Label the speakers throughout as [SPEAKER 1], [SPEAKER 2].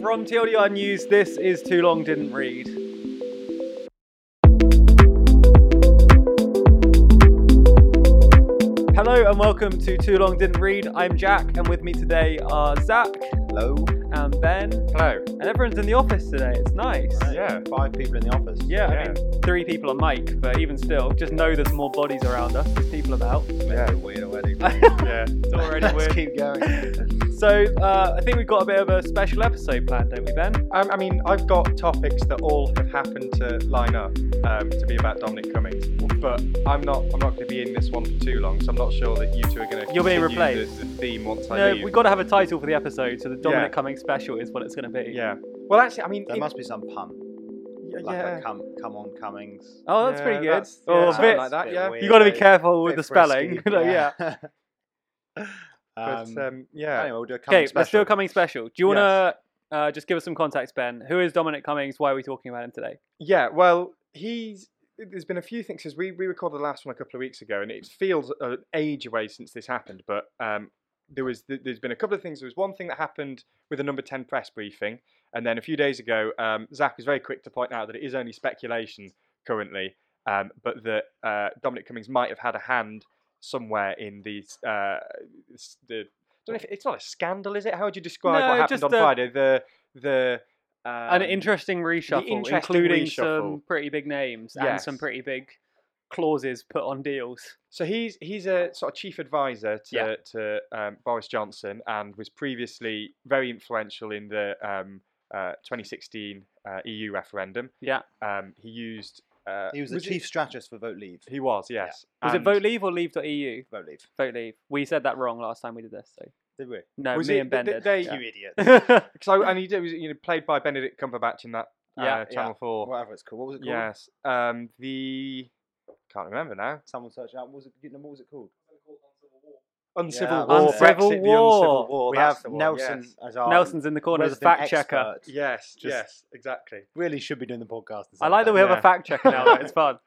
[SPEAKER 1] From TLDR News, this is Too Long Didn't Read. Hello and welcome to Too Long Didn't Read. I'm Jack, and with me today are Zach
[SPEAKER 2] Hello.
[SPEAKER 1] and Ben,
[SPEAKER 3] Hello.
[SPEAKER 1] and everyone's in the office today. It's nice.
[SPEAKER 3] Yeah.
[SPEAKER 2] Five people in the office.
[SPEAKER 1] Yeah, I
[SPEAKER 3] Yeah.
[SPEAKER 1] mean, three people on mic, but even still, just know there's more bodies around us. There's people about.
[SPEAKER 2] Yeah. Weird already.
[SPEAKER 3] Yeah. It's already
[SPEAKER 2] Let's
[SPEAKER 3] weird.
[SPEAKER 2] keep going.
[SPEAKER 1] So uh, I think we've got a bit of a special episode planned, don't we, Ben?
[SPEAKER 3] Um, I mean, I've got topics that all have happened to line up um, to be about Dominic Cummings, but I'm not. I'm not going to be in this one for too long, so I'm not sure that you two are going to.
[SPEAKER 1] You're being replaced.
[SPEAKER 3] The, the theme once I
[SPEAKER 1] No,
[SPEAKER 3] leave.
[SPEAKER 1] we've got to have a title for the episode, so the Dominic
[SPEAKER 3] Yeah.
[SPEAKER 1] Cummings special is what it's going to be.
[SPEAKER 3] yeah. Well, actually, I mean,
[SPEAKER 2] There
[SPEAKER 3] it-
[SPEAKER 2] must be some pun.
[SPEAKER 3] yeah,
[SPEAKER 2] Like
[SPEAKER 3] yeah.
[SPEAKER 2] a come, come on, Cummings.
[SPEAKER 1] Oh, that's
[SPEAKER 3] Yeah,
[SPEAKER 1] pretty good. Oh,
[SPEAKER 3] that's-
[SPEAKER 1] Or
[SPEAKER 3] yeah,
[SPEAKER 1] a
[SPEAKER 3] something
[SPEAKER 1] bit-
[SPEAKER 3] like that, yeah.
[SPEAKER 1] you got to be careful with the spelling. like, yeah.
[SPEAKER 2] yeah.
[SPEAKER 3] But
[SPEAKER 2] um,
[SPEAKER 3] um, yeah.
[SPEAKER 2] anyway, we'll do a
[SPEAKER 1] Okay,
[SPEAKER 2] Cummings
[SPEAKER 1] let's do
[SPEAKER 2] special.
[SPEAKER 1] a Cummings special. Do you want to uh, just give us some context, Ben? Who is Dominic Cummings? Why are we talking about him today?
[SPEAKER 3] Yeah, well, he's there's been a few things because we, we recorded the last one a couple of weeks ago, and it feels an age away since this happened. But um, there was there's been a couple of things. There was one thing that happened with a number ten press briefing, and then a few days ago, um, Zach was very quick to point out that it is only speculation currently, um, but that uh, Dominic Cummings might have had a hand somewhere in the uh, s- the. I don't know if, it's not a scandal, is it? How would you describe
[SPEAKER 1] No,
[SPEAKER 3] what
[SPEAKER 1] just
[SPEAKER 3] happened on
[SPEAKER 1] a-
[SPEAKER 3] Friday? The the
[SPEAKER 1] An
[SPEAKER 3] um,
[SPEAKER 1] interesting reshuffle,
[SPEAKER 3] interesting
[SPEAKER 1] including
[SPEAKER 3] reshuffle.
[SPEAKER 1] some pretty big names and
[SPEAKER 3] Yes.
[SPEAKER 1] some pretty big clauses put on deals.
[SPEAKER 3] So he's he's a sort of chief advisor to
[SPEAKER 1] Yeah.
[SPEAKER 3] to um, Boris Johnson and was previously very influential in the um, uh, 2016 uh, EU referendum.
[SPEAKER 1] Yeah.
[SPEAKER 3] Um, he used. Uh,
[SPEAKER 2] He was the
[SPEAKER 3] was it-
[SPEAKER 2] chief strategist for Vote Leave.
[SPEAKER 3] He was yes.
[SPEAKER 1] Was it
[SPEAKER 3] And
[SPEAKER 1] Vote Leave or Leave.eu?
[SPEAKER 2] Vote Leave.
[SPEAKER 1] Vote Leave. We said that wrong last time we did this. So
[SPEAKER 2] Did we?
[SPEAKER 1] no,
[SPEAKER 3] Was
[SPEAKER 1] me
[SPEAKER 3] it-
[SPEAKER 1] and Ben
[SPEAKER 3] th-
[SPEAKER 1] did.
[SPEAKER 3] there you
[SPEAKER 2] You idiot.
[SPEAKER 3] Because I and he did, was you know played by Benedict Cumberbatch in that uh,
[SPEAKER 1] Yeah, yeah.
[SPEAKER 3] Channel Four.
[SPEAKER 2] Whatever it's called. What was it called?
[SPEAKER 3] yes. Um, the can't remember now.
[SPEAKER 2] Someone search out. What was it, what was it called?
[SPEAKER 3] Uncivil
[SPEAKER 2] that
[SPEAKER 3] War.
[SPEAKER 2] was it.
[SPEAKER 3] Brexit,
[SPEAKER 1] Uncivil
[SPEAKER 3] the
[SPEAKER 1] War.
[SPEAKER 3] Uncivil War.
[SPEAKER 2] we
[SPEAKER 3] that's
[SPEAKER 2] have
[SPEAKER 3] the one,
[SPEAKER 2] Nelson
[SPEAKER 3] yes.
[SPEAKER 2] as our
[SPEAKER 1] Nelson's in the corner as a
[SPEAKER 2] resident
[SPEAKER 1] fact checker.
[SPEAKER 2] expert.
[SPEAKER 3] Yes.
[SPEAKER 2] Just-
[SPEAKER 3] yes. Exactly.
[SPEAKER 2] Really should be doing the podcast.
[SPEAKER 1] I like that we have
[SPEAKER 3] Yeah.
[SPEAKER 1] a fact checker now. though. It's fun.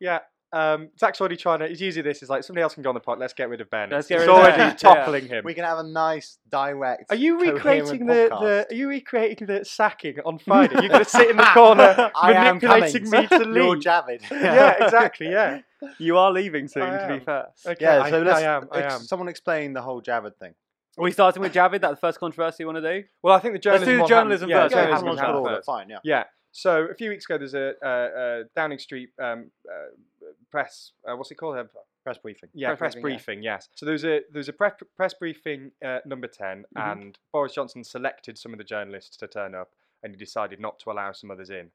[SPEAKER 3] Yeah. Um, Zach's already trying to. He's using this. Is like somebody else can go on the pod. Let's get rid of Ben.
[SPEAKER 1] Let's get
[SPEAKER 3] it's
[SPEAKER 1] rid of
[SPEAKER 3] already
[SPEAKER 1] Ben, yeah.
[SPEAKER 3] toppling him.
[SPEAKER 2] We can have a nice direct.
[SPEAKER 3] Are you
[SPEAKER 2] coherent
[SPEAKER 3] recreating the,
[SPEAKER 2] podcast.
[SPEAKER 3] the? Are you recreating the sacking on Friday? You're going to sit in the corner
[SPEAKER 2] I am
[SPEAKER 3] manipulating
[SPEAKER 2] Cummings.
[SPEAKER 3] me to
[SPEAKER 2] You're
[SPEAKER 3] leave.
[SPEAKER 2] Javid.
[SPEAKER 3] yeah, exactly. Yeah.
[SPEAKER 1] You are leaving soon,
[SPEAKER 3] I
[SPEAKER 1] to be
[SPEAKER 3] am.
[SPEAKER 1] fair.
[SPEAKER 3] Okay,
[SPEAKER 2] Yeah,
[SPEAKER 3] I,
[SPEAKER 2] so let's.
[SPEAKER 3] I am. I
[SPEAKER 2] ex-
[SPEAKER 3] am.
[SPEAKER 2] Someone explain the whole Javid thing.
[SPEAKER 1] Are we starting with Javid? That the first controversy you want to do?
[SPEAKER 3] Well, I think the
[SPEAKER 1] Let's
[SPEAKER 3] journalism.
[SPEAKER 1] do the
[SPEAKER 3] one
[SPEAKER 1] journalism
[SPEAKER 3] happened-
[SPEAKER 1] first.
[SPEAKER 3] Yeah,
[SPEAKER 1] Go
[SPEAKER 3] journalism
[SPEAKER 1] on,
[SPEAKER 3] one
[SPEAKER 1] chronological
[SPEAKER 3] happened
[SPEAKER 2] order.
[SPEAKER 3] first.
[SPEAKER 2] Fine. Yeah.
[SPEAKER 3] Yeah. So a few weeks ago, there's a, a, a Downing Street um, uh, press. Uh, what's it called? A
[SPEAKER 2] Press briefing.
[SPEAKER 3] Yeah,
[SPEAKER 1] Press
[SPEAKER 3] press,
[SPEAKER 1] briefing, yeah.
[SPEAKER 3] briefing. Yes. So there was a there was a pre- press briefing uh, number 10
[SPEAKER 1] Mhm.
[SPEAKER 3] and Boris Johnson selected some of the journalists to turn up, and he decided not to allow some others in.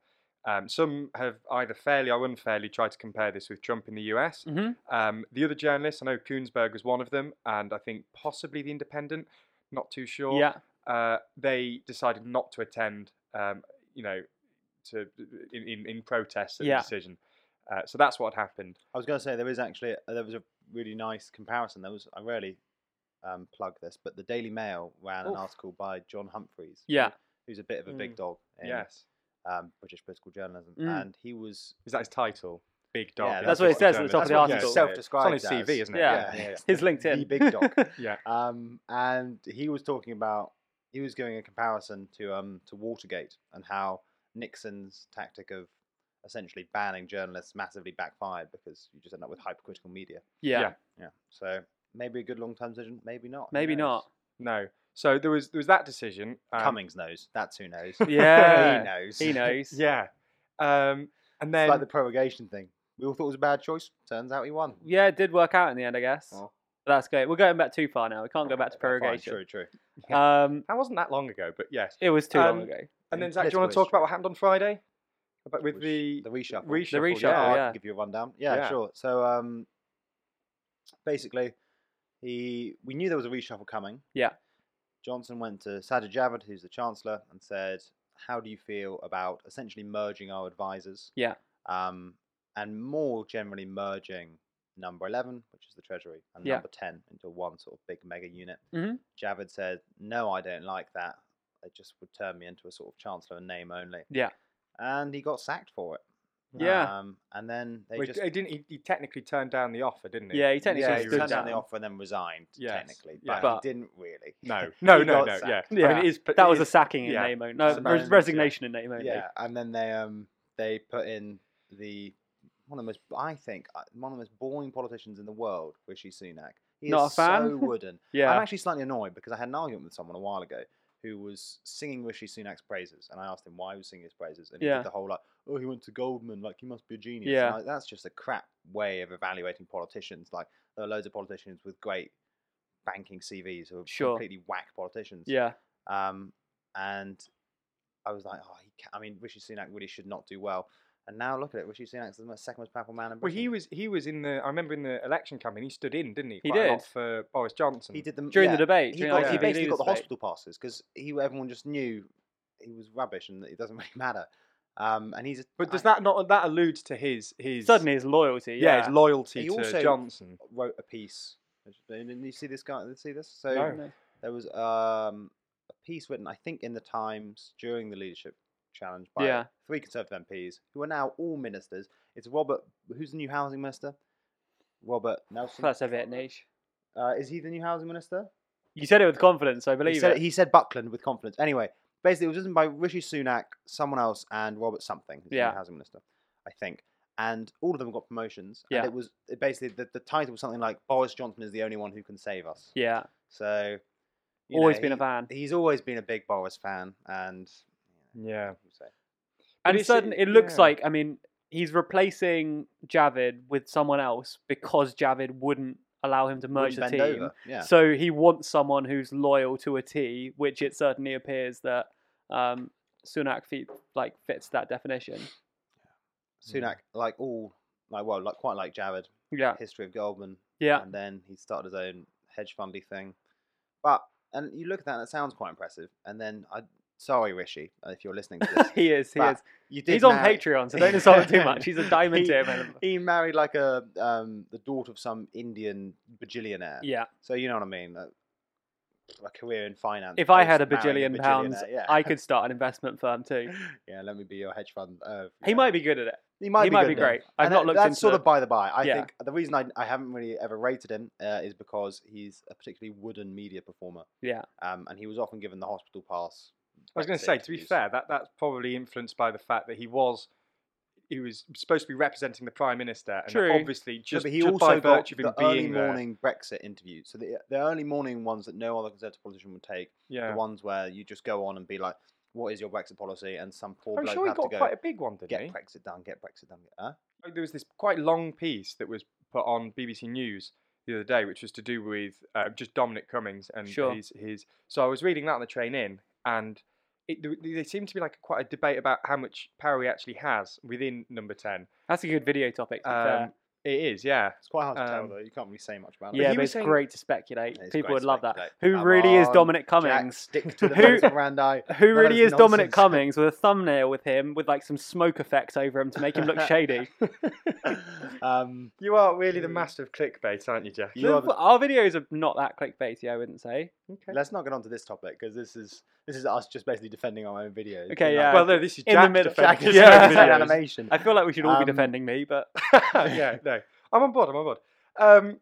[SPEAKER 3] Um, some have either fairly or unfairly tried to compare this with Trump in the US.
[SPEAKER 1] Mm-hmm.
[SPEAKER 3] Um, the other journalists, I know Koonsberg was one of them, and I think possibly the Independent. Not too sure
[SPEAKER 1] Yeah.
[SPEAKER 3] uh, they decided not to attend, um, you know, to in, in, in protest at
[SPEAKER 1] Yeah.
[SPEAKER 3] the decision. Uh, so that's what happened.
[SPEAKER 2] I was going to say there is actually there was a really nice comparison. There was I rarely um, plug this, but the Daily Mail ran an
[SPEAKER 1] Oof.
[SPEAKER 2] article by John Humphreys. who-
[SPEAKER 1] Yeah.
[SPEAKER 2] Who's a bit of a big
[SPEAKER 3] Mm.
[SPEAKER 2] dog in
[SPEAKER 3] Yes.
[SPEAKER 2] um, British political journalism,
[SPEAKER 1] Mm.
[SPEAKER 2] and he was
[SPEAKER 3] Is that his title? Big Dog.
[SPEAKER 2] Yeah,
[SPEAKER 3] the
[SPEAKER 2] that's
[SPEAKER 1] what it
[SPEAKER 3] article
[SPEAKER 1] says at the
[SPEAKER 3] journalist.
[SPEAKER 1] top of the
[SPEAKER 3] That's what-
[SPEAKER 1] article.
[SPEAKER 3] yeah,
[SPEAKER 2] Self-described
[SPEAKER 3] It's on his
[SPEAKER 2] as.
[SPEAKER 3] CV, isn't it?
[SPEAKER 1] Yeah. His
[SPEAKER 2] the
[SPEAKER 1] LinkedIn.
[SPEAKER 2] big dog.
[SPEAKER 3] Yeah.
[SPEAKER 2] um, and he was talking about he was doing a comparison to um to Watergate and how Nixon's tactic of essentially banning journalists massively backfired because you just end up with hypercritical media.
[SPEAKER 1] yeah.
[SPEAKER 3] Yeah.
[SPEAKER 2] Yeah, so maybe a good long-term decision, maybe not. who
[SPEAKER 1] Maybe
[SPEAKER 2] knows?
[SPEAKER 1] not.
[SPEAKER 3] No. So there was there was that decision. um,
[SPEAKER 2] Cummings knows. That's who knows.
[SPEAKER 1] Yeah.
[SPEAKER 2] he knows.
[SPEAKER 1] He knows.
[SPEAKER 3] Yeah. Um, and
[SPEAKER 2] It's
[SPEAKER 3] then
[SPEAKER 2] like the prorogation thing. We all thought it was a bad choice. Turns out he won.
[SPEAKER 1] Yeah, it did work out in the end, I guess.
[SPEAKER 2] Oh.
[SPEAKER 1] But That's great. We're going back too far now. We can't go back to
[SPEAKER 2] Fine,
[SPEAKER 1] prorogation.
[SPEAKER 2] True, true.
[SPEAKER 1] Um,
[SPEAKER 3] that wasn't that long ago, but yes.
[SPEAKER 1] it was too long
[SPEAKER 3] Um,
[SPEAKER 1] ago.
[SPEAKER 3] And
[SPEAKER 2] In
[SPEAKER 3] then Zach, do you want to
[SPEAKER 2] political
[SPEAKER 3] talk about
[SPEAKER 2] history.
[SPEAKER 3] what happened on Friday? About with
[SPEAKER 2] Which-
[SPEAKER 3] the,
[SPEAKER 2] The reshuffle.
[SPEAKER 3] reshuffle.
[SPEAKER 1] The reshuffle,
[SPEAKER 2] Yeah, I
[SPEAKER 1] yeah.
[SPEAKER 2] can give you a rundown. Yeah,
[SPEAKER 3] Yeah.
[SPEAKER 2] sure. So um, basically, he we knew there was a reshuffle coming.
[SPEAKER 1] Yeah.
[SPEAKER 2] Johnson went to Sajid Javid, who's the chancellor, and said, "How do you feel about essentially merging our advisors?"
[SPEAKER 1] Yeah.
[SPEAKER 2] Um, and more generally merging number eleven, which is the Treasury, and
[SPEAKER 1] Yeah.
[SPEAKER 2] number ten into one sort of big mega unit.
[SPEAKER 1] Mhm.
[SPEAKER 2] Javid said, "No, I don't like that. It just would turn me into a sort of chancellor in name only."
[SPEAKER 1] Yeah.
[SPEAKER 2] And he got sacked for it.
[SPEAKER 1] Yeah.
[SPEAKER 2] Um, and then they
[SPEAKER 3] Well,
[SPEAKER 2] just
[SPEAKER 3] he didn't. He, he technically turned down the offer, didn't he?
[SPEAKER 1] Yeah, he uh, technically
[SPEAKER 2] yeah,
[SPEAKER 1] stood
[SPEAKER 2] he
[SPEAKER 3] stood
[SPEAKER 2] turned down the
[SPEAKER 1] down.
[SPEAKER 2] offer and then resigned
[SPEAKER 3] Yes,
[SPEAKER 2] technically,
[SPEAKER 3] yeah.
[SPEAKER 2] but,
[SPEAKER 1] But-
[SPEAKER 2] he didn't really.
[SPEAKER 3] No, no,
[SPEAKER 2] He got
[SPEAKER 3] no, no. Yeah,
[SPEAKER 2] sacked.
[SPEAKER 3] I
[SPEAKER 1] Yeah.
[SPEAKER 3] mean, it is, but
[SPEAKER 1] That
[SPEAKER 3] it
[SPEAKER 1] was a
[SPEAKER 3] is-
[SPEAKER 1] sacking in
[SPEAKER 3] yeah.
[SPEAKER 1] name only. No,
[SPEAKER 3] Some
[SPEAKER 1] res-
[SPEAKER 3] moments, yeah.
[SPEAKER 1] resignation in name only.
[SPEAKER 2] Yeah, and then they um they put in the one of the most I think uh, one of the most boring politicians in the world, Rishi Sunak. He
[SPEAKER 1] Not
[SPEAKER 2] is
[SPEAKER 1] a fan?
[SPEAKER 2] so wooden. I'm
[SPEAKER 1] Yeah.
[SPEAKER 2] actually slightly annoyed because I had an argument with someone a while ago who was singing Rishi Sunak's praises, and I asked him why he was singing his praises, and he
[SPEAKER 1] Yeah.
[SPEAKER 2] did the whole like, "Oh, he went to Goldman, like he must be a genius."
[SPEAKER 1] Yeah.
[SPEAKER 2] And I- that's just a crap way of evaluating politicians. Like there are loads of politicians with great banking CVs who are
[SPEAKER 1] Sure.
[SPEAKER 2] completely whack politicians.
[SPEAKER 1] Yeah.
[SPEAKER 2] Um, and I was like, "Oh, he ca I mean, Rishi Sunak really should not do well." And now look at it, Rishi Sunak's the most, second most powerful man in
[SPEAKER 3] Well,
[SPEAKER 2] Britain.
[SPEAKER 3] he was. He was in the. I remember in the election campaign, he stood in, didn't he?
[SPEAKER 1] He
[SPEAKER 3] Quite a lot
[SPEAKER 1] did.
[SPEAKER 3] for Boris Johnson.
[SPEAKER 2] He did the
[SPEAKER 1] During
[SPEAKER 2] yeah.
[SPEAKER 1] the debate,
[SPEAKER 2] he,
[SPEAKER 1] during
[SPEAKER 2] got,
[SPEAKER 1] ITV
[SPEAKER 2] he basically got the
[SPEAKER 1] leaders' debate.
[SPEAKER 2] hospital passes because he everyone just knew he was rubbish and that it doesn't really matter. Um, and he's a-
[SPEAKER 3] But does
[SPEAKER 2] I
[SPEAKER 3] that not that alludes to his his
[SPEAKER 1] Suddenly his loyalty.
[SPEAKER 3] yeah,
[SPEAKER 1] Yeah.
[SPEAKER 3] his loyalty
[SPEAKER 2] He
[SPEAKER 3] to
[SPEAKER 2] also-
[SPEAKER 3] Johnson?
[SPEAKER 2] wrote a piece. uh, Did you see this guy? Did you see this? So
[SPEAKER 3] No.
[SPEAKER 1] Oh.
[SPEAKER 2] there was um, a piece written, I think, in the Times during the leadership challenge by
[SPEAKER 1] Yeah.
[SPEAKER 2] three Conservative MPs who are now all ministers. It's Robert. Who's the new housing minister? Robert Nelson.
[SPEAKER 1] That's a bit niche.
[SPEAKER 2] Uh, is he the new housing minister?
[SPEAKER 1] You said it with confidence, I
[SPEAKER 2] he
[SPEAKER 1] believe
[SPEAKER 2] said,
[SPEAKER 1] it.
[SPEAKER 2] He said Buckland with confidence. Anyway, basically, it was written by Rishi Sunak, someone else, and Robert something, who's the new
[SPEAKER 1] Yeah.
[SPEAKER 2] housing minister, I think. And all of them got promotions.
[SPEAKER 1] Yeah.
[SPEAKER 2] And it was it basically the, the title was something like Boris Johnson is the only one who can save us.
[SPEAKER 1] Yeah.
[SPEAKER 2] So you
[SPEAKER 1] Always
[SPEAKER 2] know,
[SPEAKER 1] been a
[SPEAKER 2] he-
[SPEAKER 1] fan.
[SPEAKER 2] He's always been a big Boris fan, and
[SPEAKER 3] Yeah,
[SPEAKER 2] you say,
[SPEAKER 1] and
[SPEAKER 3] it's-
[SPEAKER 1] suddenly it looks
[SPEAKER 3] yeah.
[SPEAKER 1] like I mean he's replacing Javid with someone else because Javid wouldn't allow him to merge
[SPEAKER 2] wouldn't
[SPEAKER 1] the
[SPEAKER 2] bend
[SPEAKER 1] team.
[SPEAKER 2] over. Yeah.
[SPEAKER 1] So he wants someone who's loyal to a T, which it certainly appears that um, Sunak fe- like fits that definition.
[SPEAKER 2] Sunak, like all, like well, like quite like Javid,
[SPEAKER 1] Yeah,
[SPEAKER 2] history of Goldman,
[SPEAKER 1] yeah,
[SPEAKER 2] and then he started his own hedge fundy thing. But and you look at that, and it sounds quite impressive. And then I, sorry Rishi, uh, if you're listening to this,
[SPEAKER 1] he is. He
[SPEAKER 2] But
[SPEAKER 1] is.
[SPEAKER 2] you did
[SPEAKER 1] He's on
[SPEAKER 2] marry-
[SPEAKER 1] Patreon, so don't insult him too much. He's a diamond
[SPEAKER 2] He-
[SPEAKER 1] tier member.
[SPEAKER 2] He married like a um, the daughter of some Indian bajillionaire.
[SPEAKER 1] Yeah,
[SPEAKER 2] So you know what I mean. A, a career in finance.
[SPEAKER 1] if I had a
[SPEAKER 2] post marrying
[SPEAKER 1] bajillion pounds,
[SPEAKER 2] bajillionaire, yeah.
[SPEAKER 1] I could start an investment firm too.
[SPEAKER 2] yeah, let me be your hedge fund. Uh,
[SPEAKER 1] He might be good at it.
[SPEAKER 2] He might
[SPEAKER 1] he
[SPEAKER 2] be,
[SPEAKER 1] might
[SPEAKER 2] good
[SPEAKER 1] be
[SPEAKER 2] at it.
[SPEAKER 1] great. I've
[SPEAKER 2] And
[SPEAKER 1] not
[SPEAKER 2] that-
[SPEAKER 1] looked
[SPEAKER 2] That's
[SPEAKER 1] into
[SPEAKER 2] sort
[SPEAKER 1] it.
[SPEAKER 2] of by the by. I
[SPEAKER 1] Yeah.
[SPEAKER 2] think the reason I, I haven't really ever rated him uh, is because he's a particularly wooden media performer.
[SPEAKER 1] Yeah.
[SPEAKER 2] Um, and he was often given the hospital pass.
[SPEAKER 3] I was going
[SPEAKER 2] Brexit
[SPEAKER 3] to say, to be
[SPEAKER 2] interviews.
[SPEAKER 3] fair, that that's probably influenced by the fact that he was he was supposed to be repreting the prime minister, and
[SPEAKER 1] True.
[SPEAKER 3] obviously
[SPEAKER 2] No,
[SPEAKER 3] just,
[SPEAKER 2] but he
[SPEAKER 3] just
[SPEAKER 2] also
[SPEAKER 3] by
[SPEAKER 2] got
[SPEAKER 3] virtue of him
[SPEAKER 2] the early
[SPEAKER 3] being there,
[SPEAKER 2] morning Brexit interviews. So the, the early morning ones that no other Conservative politician would take,
[SPEAKER 3] yeah.
[SPEAKER 2] the ones where you just go on and be like, "What is your Brexit policy?" and some poor
[SPEAKER 3] I'm
[SPEAKER 2] bloke
[SPEAKER 3] sure he
[SPEAKER 2] had
[SPEAKER 3] got
[SPEAKER 2] to go
[SPEAKER 3] quite a big one, didn't
[SPEAKER 2] get
[SPEAKER 3] he?
[SPEAKER 2] Brexit done, get Brexit done. Get, huh?
[SPEAKER 3] Like, there was this quite long piece that was put on BBC News the other day, which was to do with uh, just Dominic Cummings and
[SPEAKER 1] Sure.
[SPEAKER 3] his his. So I was reading that on the train in, and it, there, there seemed to be like quite a debate about how much power he actually has within Number Ten.
[SPEAKER 1] That's a good video topic. To be fair.
[SPEAKER 3] Um, it is, yeah.
[SPEAKER 2] It's quite hard to tell
[SPEAKER 3] Um,
[SPEAKER 2] though. You can't really say much about it.
[SPEAKER 1] yeah,
[SPEAKER 3] he
[SPEAKER 1] but
[SPEAKER 3] was
[SPEAKER 1] it's
[SPEAKER 3] saying-
[SPEAKER 1] great to speculate.
[SPEAKER 2] It's
[SPEAKER 1] People
[SPEAKER 2] great
[SPEAKER 1] would
[SPEAKER 2] to
[SPEAKER 1] love that.
[SPEAKER 2] speculate.
[SPEAKER 1] Who
[SPEAKER 2] Come
[SPEAKER 1] really is
[SPEAKER 2] on,
[SPEAKER 1] Dominic
[SPEAKER 2] Jack,
[SPEAKER 1] Cummings?
[SPEAKER 2] stick to the
[SPEAKER 1] Who-
[SPEAKER 2] modus operandi.
[SPEAKER 1] Who
[SPEAKER 2] That
[SPEAKER 1] really
[SPEAKER 2] is
[SPEAKER 1] is Dominic
[SPEAKER 2] nonsense.
[SPEAKER 1] Cummings with a thumbnail with him with like some smoke effects over him to make him look shady?
[SPEAKER 2] um,
[SPEAKER 3] You are really the master of clickbait, aren't you, Jeff?
[SPEAKER 2] You are the-
[SPEAKER 1] Our videos are not that clickbaity, I wouldn't say.
[SPEAKER 3] Okay.
[SPEAKER 2] let's not get onto this topic because this is this is us just basically defending our own videos.
[SPEAKER 1] Okay,
[SPEAKER 2] We're
[SPEAKER 1] yeah.
[SPEAKER 2] not-
[SPEAKER 3] Well, no, this is
[SPEAKER 1] In the
[SPEAKER 3] Jack
[SPEAKER 1] middle-
[SPEAKER 3] defending
[SPEAKER 2] Jack is
[SPEAKER 3] his
[SPEAKER 1] Yeah.
[SPEAKER 2] yeah.
[SPEAKER 3] own
[SPEAKER 2] an
[SPEAKER 1] videos.
[SPEAKER 2] animation.
[SPEAKER 1] I feel like we should all be
[SPEAKER 2] Um,
[SPEAKER 1] defending me, but
[SPEAKER 3] yeah, no, I'm on board. I'm on board. Um,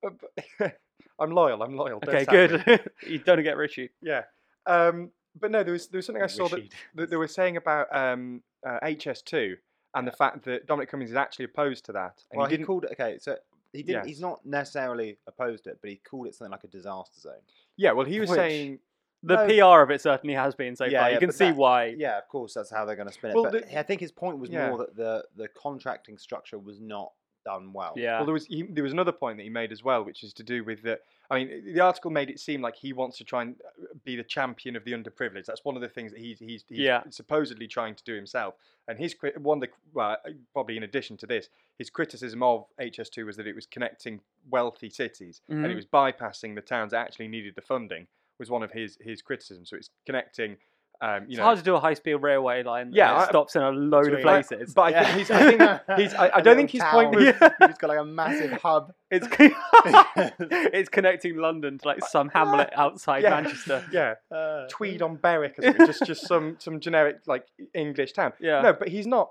[SPEAKER 3] but- I'm loyal. I'm loyal. don't
[SPEAKER 1] okay,
[SPEAKER 3] sack me.
[SPEAKER 1] good. you don't get Richie.
[SPEAKER 3] Yeah. Um, but no, there was there was something I saw that,
[SPEAKER 2] Oh, Rashid.
[SPEAKER 3] that they were saying about um, uh, HS2 and the fact that Dominic Cummings is actually opposed to that. And
[SPEAKER 2] Well,
[SPEAKER 3] he
[SPEAKER 2] he,
[SPEAKER 3] didn't.
[SPEAKER 2] called it. Okay, so he didn't. He's
[SPEAKER 3] Yes.
[SPEAKER 2] not necessarily opposed to it, but he called it something like a disaster zone.
[SPEAKER 3] yeah, well, he was
[SPEAKER 2] Which-
[SPEAKER 3] saying.
[SPEAKER 1] The
[SPEAKER 2] No.
[SPEAKER 1] PR of it certainly has been so
[SPEAKER 2] Yeah,
[SPEAKER 1] far.
[SPEAKER 2] yeah,
[SPEAKER 1] you can
[SPEAKER 2] but
[SPEAKER 1] see
[SPEAKER 2] that-
[SPEAKER 1] why.
[SPEAKER 2] Yeah, of course, that's how they're going to spin it.
[SPEAKER 3] Well,
[SPEAKER 2] but
[SPEAKER 3] the-
[SPEAKER 2] I think his point was
[SPEAKER 3] yeah.
[SPEAKER 2] more that the the contracting structure was not done well.
[SPEAKER 1] Yeah.
[SPEAKER 3] Well, there was he, there was another point that he made as well, which is to do with the. I mean, the article made it seem like he wants to try and uh, be the champion of the underprivileged. That's one of the things that he's he's, he's
[SPEAKER 1] Yeah.
[SPEAKER 3] supposedly trying to do himself. And his cri- one of the well, uh, probably in addition to this, his criticism of HS2 was that it was connecting wealthy cities. and
[SPEAKER 1] Mhm.
[SPEAKER 3] it was bypassing the towns that actually needed the funding was one of his his criticisms. So it's connecting, um, you
[SPEAKER 1] it's
[SPEAKER 3] know.
[SPEAKER 1] hard to do a high speed railway line
[SPEAKER 3] Yeah,
[SPEAKER 1] that
[SPEAKER 3] I-
[SPEAKER 1] stops in a load of
[SPEAKER 2] Between-
[SPEAKER 3] but-
[SPEAKER 1] places.
[SPEAKER 3] But I
[SPEAKER 2] Yeah.
[SPEAKER 3] think he's. I, think he's, I, I
[SPEAKER 2] A
[SPEAKER 3] don't
[SPEAKER 2] little
[SPEAKER 3] think his point
[SPEAKER 2] town
[SPEAKER 3] was.
[SPEAKER 2] with- He's got like a massive hub.
[SPEAKER 1] It's it's connecting London to like some hamlet outside
[SPEAKER 3] Yeah.
[SPEAKER 1] Manchester.
[SPEAKER 3] Yeah,
[SPEAKER 2] Uh,
[SPEAKER 3] Tweed on Berwick, or something, just just some some generic like English town.
[SPEAKER 1] Yeah.
[SPEAKER 3] No, but he's not.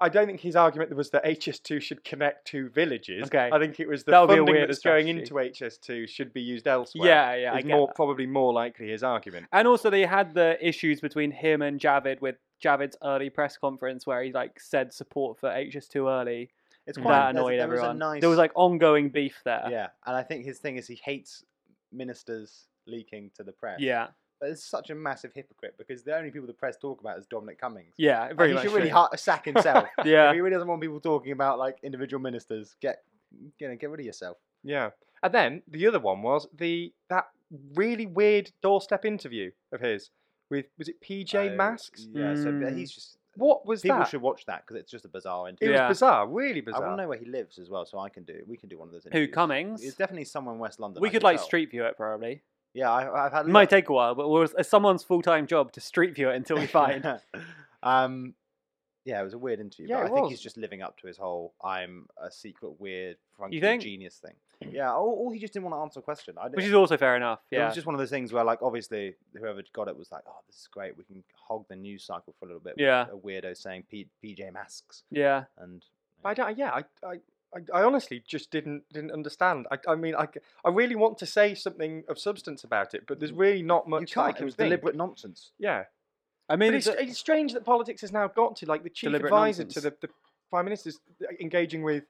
[SPEAKER 3] I don't think his argument was that HS2 should connect two villages.
[SPEAKER 1] Okay.
[SPEAKER 3] I think it was the
[SPEAKER 1] That would be a
[SPEAKER 3] funding
[SPEAKER 1] weirder
[SPEAKER 3] that's going into HS2 should be used elsewhere.
[SPEAKER 1] yeah, yeah, I
[SPEAKER 3] is
[SPEAKER 1] get
[SPEAKER 3] more
[SPEAKER 1] that.
[SPEAKER 3] probably more likely his argument.
[SPEAKER 1] And also, they had the issues between him and Javid with Javid's early press conference where he like said support for HS too early.
[SPEAKER 2] It's
[SPEAKER 3] That
[SPEAKER 2] quite
[SPEAKER 1] that
[SPEAKER 2] there's-
[SPEAKER 1] annoyed
[SPEAKER 2] there
[SPEAKER 1] everyone.
[SPEAKER 2] Was a nice,
[SPEAKER 1] There was like ongoing beef there.
[SPEAKER 2] yeah, and I think his thing is he hates ministers leaking to the press.
[SPEAKER 1] yeah,
[SPEAKER 2] but it's such a massive hypocrite because the only people the press talk about is Dominic Cummings.
[SPEAKER 1] yeah.
[SPEAKER 2] And
[SPEAKER 1] Very
[SPEAKER 2] he
[SPEAKER 1] much.
[SPEAKER 2] should really
[SPEAKER 1] so.
[SPEAKER 2] ha- sack himself.
[SPEAKER 1] Yeah,
[SPEAKER 2] If he really doesn't want people talking about like individual ministers, get you know, get rid of yourself.
[SPEAKER 3] Yeah. And then the other one was the that really weird doorstep interview of his with was it PJ
[SPEAKER 2] So,
[SPEAKER 3] Masks?
[SPEAKER 2] Yeah, so but
[SPEAKER 1] Mm.
[SPEAKER 2] he's just
[SPEAKER 3] What was
[SPEAKER 2] Oh, people
[SPEAKER 3] that?
[SPEAKER 2] should watch that because it's just a bizarre
[SPEAKER 3] It
[SPEAKER 2] interview.
[SPEAKER 1] Yeah.
[SPEAKER 3] was bizarre, really
[SPEAKER 2] I want
[SPEAKER 3] bizarre.
[SPEAKER 2] to know where he lives as well, so I can do. We can do one of those.
[SPEAKER 1] who
[SPEAKER 2] Interviews. It's
[SPEAKER 1] Cummings?
[SPEAKER 2] definitely somewhere in West London.
[SPEAKER 1] We
[SPEAKER 2] I
[SPEAKER 1] could
[SPEAKER 2] can
[SPEAKER 1] like
[SPEAKER 2] tell.
[SPEAKER 1] street view it probably.
[SPEAKER 2] Yeah, I, I've had. a
[SPEAKER 1] It might
[SPEAKER 2] look.
[SPEAKER 1] take a while, but we'll- it's someone's full time job to street view it until we find.
[SPEAKER 2] um, yeah, it was a weird interview.
[SPEAKER 3] Yeah,
[SPEAKER 2] but I
[SPEAKER 3] it
[SPEAKER 2] think
[SPEAKER 3] was.
[SPEAKER 2] he's just living up to his whole "I'm a secret weird funky
[SPEAKER 1] think?
[SPEAKER 2] genius" thing. Yeah, or, or he just didn't want to answer a question. I
[SPEAKER 1] Which
[SPEAKER 2] don't-
[SPEAKER 1] is also fair enough.
[SPEAKER 2] It
[SPEAKER 1] Yeah.
[SPEAKER 2] was just one of those things where, like, obviously, whoever got it was like, "Oh, this is great. We can hog the news cycle for a little bit." with
[SPEAKER 1] Yeah.
[SPEAKER 2] a weirdo saying P- PJ masks
[SPEAKER 1] yeah.
[SPEAKER 2] and
[SPEAKER 3] I don't. Yeah, I, I, I, I honestly just didn't didn't understand. I, I mean, I, c- I really want to say something of substance about it, but there's really not
[SPEAKER 2] you
[SPEAKER 3] much I
[SPEAKER 2] can't.
[SPEAKER 3] can
[SPEAKER 2] It was
[SPEAKER 3] think.
[SPEAKER 2] deliberate nonsense.
[SPEAKER 3] Yeah,
[SPEAKER 1] I
[SPEAKER 3] but
[SPEAKER 1] mean,
[SPEAKER 3] it's,
[SPEAKER 1] the-
[SPEAKER 3] it's strange that politics has now got to like the chief
[SPEAKER 1] Deliberate
[SPEAKER 3] advisor to the,
[SPEAKER 1] nonsense.
[SPEAKER 3] the prime minister's engaging with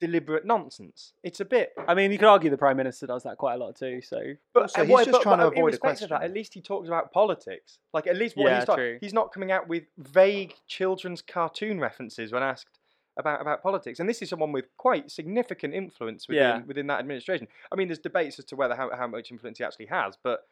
[SPEAKER 3] deliberate nonsense. It's a bit.
[SPEAKER 1] I mean, you could argue the prime minister does that quite a lot too. So
[SPEAKER 3] But
[SPEAKER 2] Also,
[SPEAKER 3] uh,
[SPEAKER 2] he's
[SPEAKER 3] what-
[SPEAKER 2] just
[SPEAKER 3] but-
[SPEAKER 2] trying
[SPEAKER 3] but
[SPEAKER 2] to avoid a
[SPEAKER 3] irrespective of That,
[SPEAKER 2] question.
[SPEAKER 3] at least he talks about politics. Like at least what
[SPEAKER 1] Yeah,
[SPEAKER 3] he's talking.
[SPEAKER 1] true.
[SPEAKER 3] He's not coming out with vague children's cartoon references when asked about about politics. And this is someone with quite significant influence within
[SPEAKER 1] Yeah.
[SPEAKER 3] within that administration. I mean, there's debates as to whether how, how much influence he actually has, but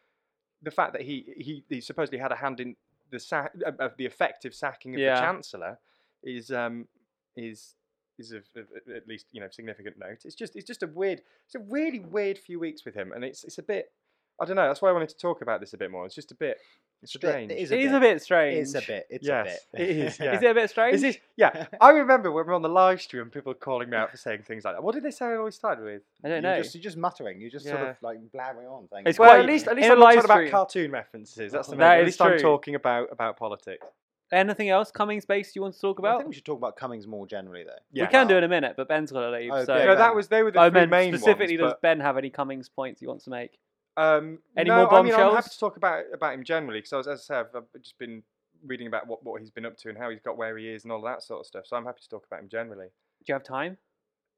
[SPEAKER 3] the fact that he he, he supposedly had a hand in the sack of of the effective sacking of
[SPEAKER 1] Yeah.
[SPEAKER 3] the chancellor is um is is of, of, of at least you know significant note. It's just it's just a weird it's a really weird few weeks with him, and it's it's a bit I don't know. That's why I wanted to talk about this a bit more. It's just a bit
[SPEAKER 2] It's a bit-
[SPEAKER 3] strange.
[SPEAKER 2] It is
[SPEAKER 1] it is
[SPEAKER 2] a
[SPEAKER 1] a
[SPEAKER 2] bit.
[SPEAKER 1] bit strange.
[SPEAKER 2] It is a bit. It's
[SPEAKER 3] Yes,
[SPEAKER 2] a bit.
[SPEAKER 3] it is, yeah.
[SPEAKER 1] Is it a bit strange?
[SPEAKER 3] Is this, yeah, I remember when we were on the live stream, people calling me out for saying things like that. What did they say? I always started with.
[SPEAKER 1] I don't know.
[SPEAKER 2] You're just, you're just muttering. You're just sort
[SPEAKER 3] Yeah.
[SPEAKER 2] of like blabbering on. Saying,
[SPEAKER 1] It's
[SPEAKER 3] Well,
[SPEAKER 1] quite-
[SPEAKER 3] at least at least
[SPEAKER 1] in a
[SPEAKER 3] I'm not
[SPEAKER 1] live
[SPEAKER 3] talking about
[SPEAKER 1] stream-
[SPEAKER 3] cartoon references. That's the main.
[SPEAKER 1] That
[SPEAKER 3] At
[SPEAKER 1] is
[SPEAKER 3] least
[SPEAKER 1] true.
[SPEAKER 3] I'm talking about about politics.
[SPEAKER 1] Anything else Cummings based you want to talk
[SPEAKER 2] Well, I
[SPEAKER 1] about?
[SPEAKER 2] think we should uh, talk about Cummings more generally, though.
[SPEAKER 1] we can do in a minute, but Ben's got to leave.
[SPEAKER 2] Oh,
[SPEAKER 1] so
[SPEAKER 2] yeah,
[SPEAKER 3] No,
[SPEAKER 2] Ben.
[SPEAKER 3] that was they were the
[SPEAKER 1] I
[SPEAKER 3] three
[SPEAKER 1] meant
[SPEAKER 3] main
[SPEAKER 1] specifically,
[SPEAKER 3] ones,
[SPEAKER 1] does Ben have any Cummings points he wants to make?
[SPEAKER 3] but, um,
[SPEAKER 1] Any
[SPEAKER 3] no,
[SPEAKER 1] more
[SPEAKER 3] I mean, I'm happy
[SPEAKER 1] bombshells?
[SPEAKER 3] to talk about about him generally because, as I say, I've, I've just been reading about what, what he's been up to and how he's got where he is and all that sort of stuff. So I'm happy to talk about him generally.
[SPEAKER 1] Do you have time?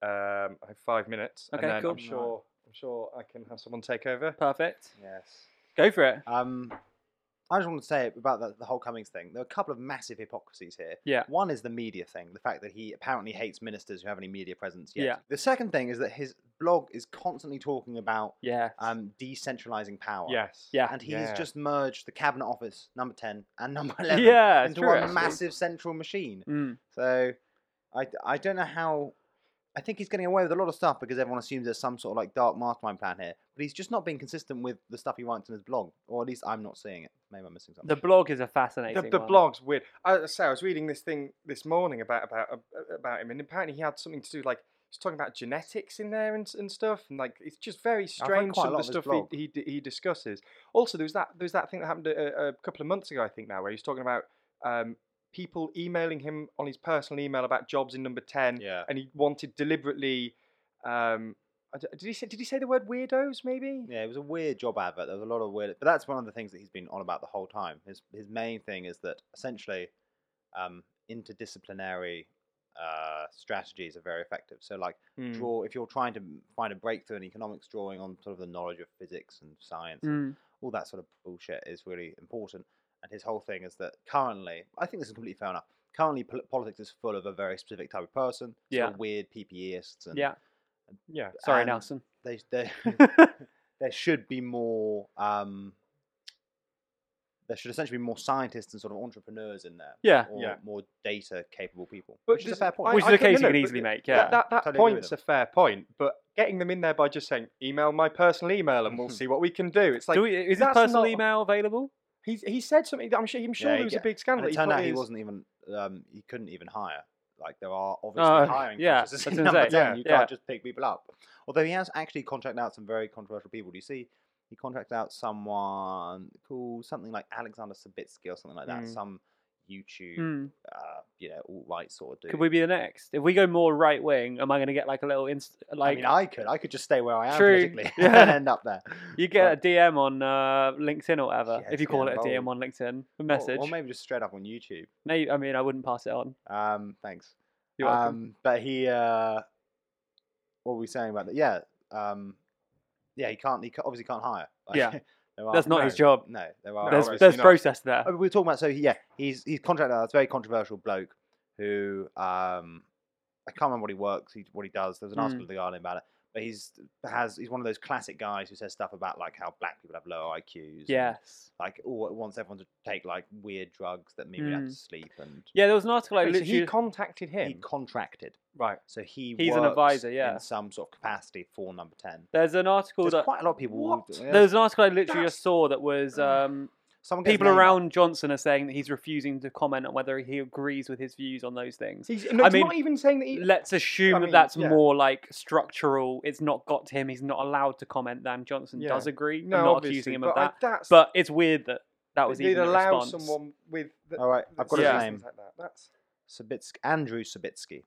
[SPEAKER 3] Um, I have five minutes,
[SPEAKER 1] Okay,
[SPEAKER 3] and then
[SPEAKER 1] cool.
[SPEAKER 3] I'm sure I'm sure I can have someone take over.
[SPEAKER 1] Perfect.
[SPEAKER 2] Yes.
[SPEAKER 1] Go for it.
[SPEAKER 2] Um, I just want to say about the, the whole Cummings thing. There are a couple of massive hypocrisies here.
[SPEAKER 1] Yeah.
[SPEAKER 2] One is the media thing, the fact that he apparently hates ministers who have any media presence yet.
[SPEAKER 1] Yeah.
[SPEAKER 2] The second thing is that his blog is constantly talking about
[SPEAKER 1] Yeah.
[SPEAKER 2] um, decentralizing power.
[SPEAKER 3] Yes.
[SPEAKER 1] Yeah.
[SPEAKER 2] And he's
[SPEAKER 3] Yeah.
[SPEAKER 2] just merged the cabinet office, number 10 and number 11,
[SPEAKER 1] yeah. it's
[SPEAKER 2] into
[SPEAKER 1] true,
[SPEAKER 2] one
[SPEAKER 1] actually.
[SPEAKER 2] massive central machine.
[SPEAKER 1] Mm.
[SPEAKER 2] So I, I don't know how. I think he's getting away with a lot of stuff because everyone assumes there's some sort of like dark mastermind plan here. But he's just not being consistent with the stuff he writes in his blog, or at least I'm not seeing it. Maybe I'm missing something.
[SPEAKER 1] The blog is a
[SPEAKER 3] The,
[SPEAKER 1] fascinating.
[SPEAKER 3] the
[SPEAKER 1] one.
[SPEAKER 3] blog's weird. I, I say I was reading this thing this morning about about uh, about him, and apparently he had something to do like he's talking about genetics in there and, s- and stuff, and like it's just very strange
[SPEAKER 2] quite a
[SPEAKER 3] some
[SPEAKER 2] lot
[SPEAKER 3] of
[SPEAKER 2] of his
[SPEAKER 3] the stuff
[SPEAKER 2] blog.
[SPEAKER 3] he, he d- he discusses. Also, there was that there was that thing that happened a, a couple of months ago, I think now, where he's talking about um, people emailing him on his personal email about jobs in number ten,
[SPEAKER 2] yeah.
[SPEAKER 3] and he wanted deliberately. Um, I d- did he say? Did he say the word weirdos? Maybe.
[SPEAKER 2] Yeah, it was a weird job advert. There was a lot of weird, but that's one of the things that he's been on about the whole time. His his main thing is that essentially, um, interdisciplinary uh, strategies are very effective. So like
[SPEAKER 3] Hmm.
[SPEAKER 2] draw if you're trying to find a breakthrough in economics, drawing on sort of the knowledge of physics and science and
[SPEAKER 1] Mm.
[SPEAKER 2] all that sort of bullshit is really important. And his whole thing is that currently, I think this is completely fair enough. Currently, pol- politics is full of a very specific type of person. sort
[SPEAKER 1] Yeah.
[SPEAKER 2] of weird PPEists. And
[SPEAKER 1] Yeah.
[SPEAKER 3] Yeah.
[SPEAKER 1] Sorry,
[SPEAKER 2] and
[SPEAKER 1] Nelson.
[SPEAKER 2] They, they, there should be more. Um, there should essentially be more scientists and sort of entrepreneurs in there.
[SPEAKER 1] Yeah.
[SPEAKER 2] Or
[SPEAKER 3] Yeah.
[SPEAKER 2] more data capable people.
[SPEAKER 3] But
[SPEAKER 2] which is a
[SPEAKER 3] does-
[SPEAKER 2] fair point.
[SPEAKER 3] I-
[SPEAKER 1] Which is
[SPEAKER 3] I
[SPEAKER 1] a
[SPEAKER 3] can- no,
[SPEAKER 1] case you
[SPEAKER 3] no,
[SPEAKER 1] can
[SPEAKER 3] but
[SPEAKER 1] easily make.
[SPEAKER 3] Yeah,
[SPEAKER 1] Yeah.
[SPEAKER 3] that, that
[SPEAKER 2] Totally agree with
[SPEAKER 3] point's a fair point, but getting them in there by just saying email my personal email and we'll see what we can do. It's like
[SPEAKER 1] Do we, is his
[SPEAKER 3] that's
[SPEAKER 1] personal
[SPEAKER 3] not-
[SPEAKER 1] email available?
[SPEAKER 3] he's he said something. That I'm sure I'm sure
[SPEAKER 2] Yeah,
[SPEAKER 3] there
[SPEAKER 2] he
[SPEAKER 3] was a
[SPEAKER 2] get-
[SPEAKER 3] big
[SPEAKER 2] And
[SPEAKER 3] scandal.
[SPEAKER 2] it
[SPEAKER 3] that
[SPEAKER 2] turned out
[SPEAKER 3] probably
[SPEAKER 2] he
[SPEAKER 3] is-
[SPEAKER 2] wasn't even. Um, he couldn't even hire. Like there are obviously
[SPEAKER 1] Oh,
[SPEAKER 2] hiring
[SPEAKER 1] yeah,
[SPEAKER 2] processes
[SPEAKER 1] that's
[SPEAKER 2] in
[SPEAKER 1] what I'm
[SPEAKER 2] number
[SPEAKER 1] saying.
[SPEAKER 2] 10, You
[SPEAKER 1] Yeah, yeah.
[SPEAKER 2] can't just pick people up. Although he has actually contracted out some very controversial people. Do you see? He contracted out someone called something like Alexander Sabitsky or something like that.
[SPEAKER 3] Mm.
[SPEAKER 2] Some YouTube,
[SPEAKER 1] Hmm.
[SPEAKER 2] uh, you know, all right sort of dude.
[SPEAKER 1] Could we be the next? If we go more right wing, am I going to get like a little inst- like
[SPEAKER 2] I mean, I could. I could just stay where I am
[SPEAKER 1] True,
[SPEAKER 2] politically and
[SPEAKER 1] yeah.
[SPEAKER 2] end up there.
[SPEAKER 1] you get
[SPEAKER 2] But-
[SPEAKER 1] a DM on uh, LinkedIn or whatever
[SPEAKER 2] Yeah,
[SPEAKER 1] if you call
[SPEAKER 2] DM
[SPEAKER 1] it a DM
[SPEAKER 2] bold.
[SPEAKER 1] on LinkedIn a
[SPEAKER 2] or-
[SPEAKER 1] message.
[SPEAKER 2] Or, maybe just straight up on YouTube.
[SPEAKER 1] May- I mean, I wouldn't pass it on.
[SPEAKER 2] Um, thanks.
[SPEAKER 3] You're welcome.
[SPEAKER 2] Um, but he, uh, what were we saying about that? Yeah, um, yeah. He can't. He ca- obviously can't hire.
[SPEAKER 1] Yeah.
[SPEAKER 2] there are-
[SPEAKER 1] That's not his job.
[SPEAKER 2] No, there are.
[SPEAKER 1] there's
[SPEAKER 3] obviously
[SPEAKER 1] there's
[SPEAKER 3] not.
[SPEAKER 1] process there.
[SPEAKER 2] Oh, we were talking about so he, yeah, he's he's contract that's a very controversial bloke who um I can't remember what he works, he, what he does. There was an
[SPEAKER 1] Hmm.
[SPEAKER 2] article in the Guardian about it, but he's has he's one of those classic guys who says stuff about like how black people have lower IQs. and,
[SPEAKER 1] Yes.
[SPEAKER 2] like oh, it wants everyone to take like weird drugs that mean we
[SPEAKER 1] Hmm.
[SPEAKER 2] have to sleep and
[SPEAKER 1] Yeah, there was an article like
[SPEAKER 3] Wait, so
[SPEAKER 1] literally.
[SPEAKER 3] he contacted him.
[SPEAKER 2] he contracted.
[SPEAKER 3] right.
[SPEAKER 2] So he
[SPEAKER 1] He's an
[SPEAKER 2] works
[SPEAKER 1] advisor, yeah.
[SPEAKER 2] in some sort of capacity for number ten.
[SPEAKER 1] there's an article
[SPEAKER 2] There's
[SPEAKER 1] that
[SPEAKER 2] quite a lot of people.
[SPEAKER 3] What?
[SPEAKER 2] Who,
[SPEAKER 1] there's an article I literally
[SPEAKER 3] That's-
[SPEAKER 1] just saw that was um,
[SPEAKER 2] someone gets
[SPEAKER 1] people
[SPEAKER 2] named.
[SPEAKER 1] around Johnson are saying that he's refusing to comment on whether he agrees with his views on those things.
[SPEAKER 3] He's, no,
[SPEAKER 1] I
[SPEAKER 3] it's
[SPEAKER 1] mean,
[SPEAKER 3] not even saying that he.
[SPEAKER 1] Let's assume
[SPEAKER 3] I
[SPEAKER 1] that
[SPEAKER 3] mean,
[SPEAKER 1] that's
[SPEAKER 3] yeah.
[SPEAKER 1] more like structural. It's not got to him. He's not allowed to comment. Than Johnson
[SPEAKER 3] Yeah.
[SPEAKER 1] does agree.
[SPEAKER 3] no,
[SPEAKER 1] I'm not
[SPEAKER 3] obviously,
[SPEAKER 1] accusing him
[SPEAKER 3] but
[SPEAKER 1] of that.
[SPEAKER 3] I, that's,
[SPEAKER 1] But it's weird that that was
[SPEAKER 3] they'd
[SPEAKER 1] even a
[SPEAKER 3] allow
[SPEAKER 1] response.
[SPEAKER 3] someone with. The,
[SPEAKER 2] All right, Oh, I've got
[SPEAKER 1] Yeah.
[SPEAKER 2] his
[SPEAKER 3] things
[SPEAKER 2] name.
[SPEAKER 3] Like that. That's
[SPEAKER 2] Sabitsky, Andrew Sabitsky.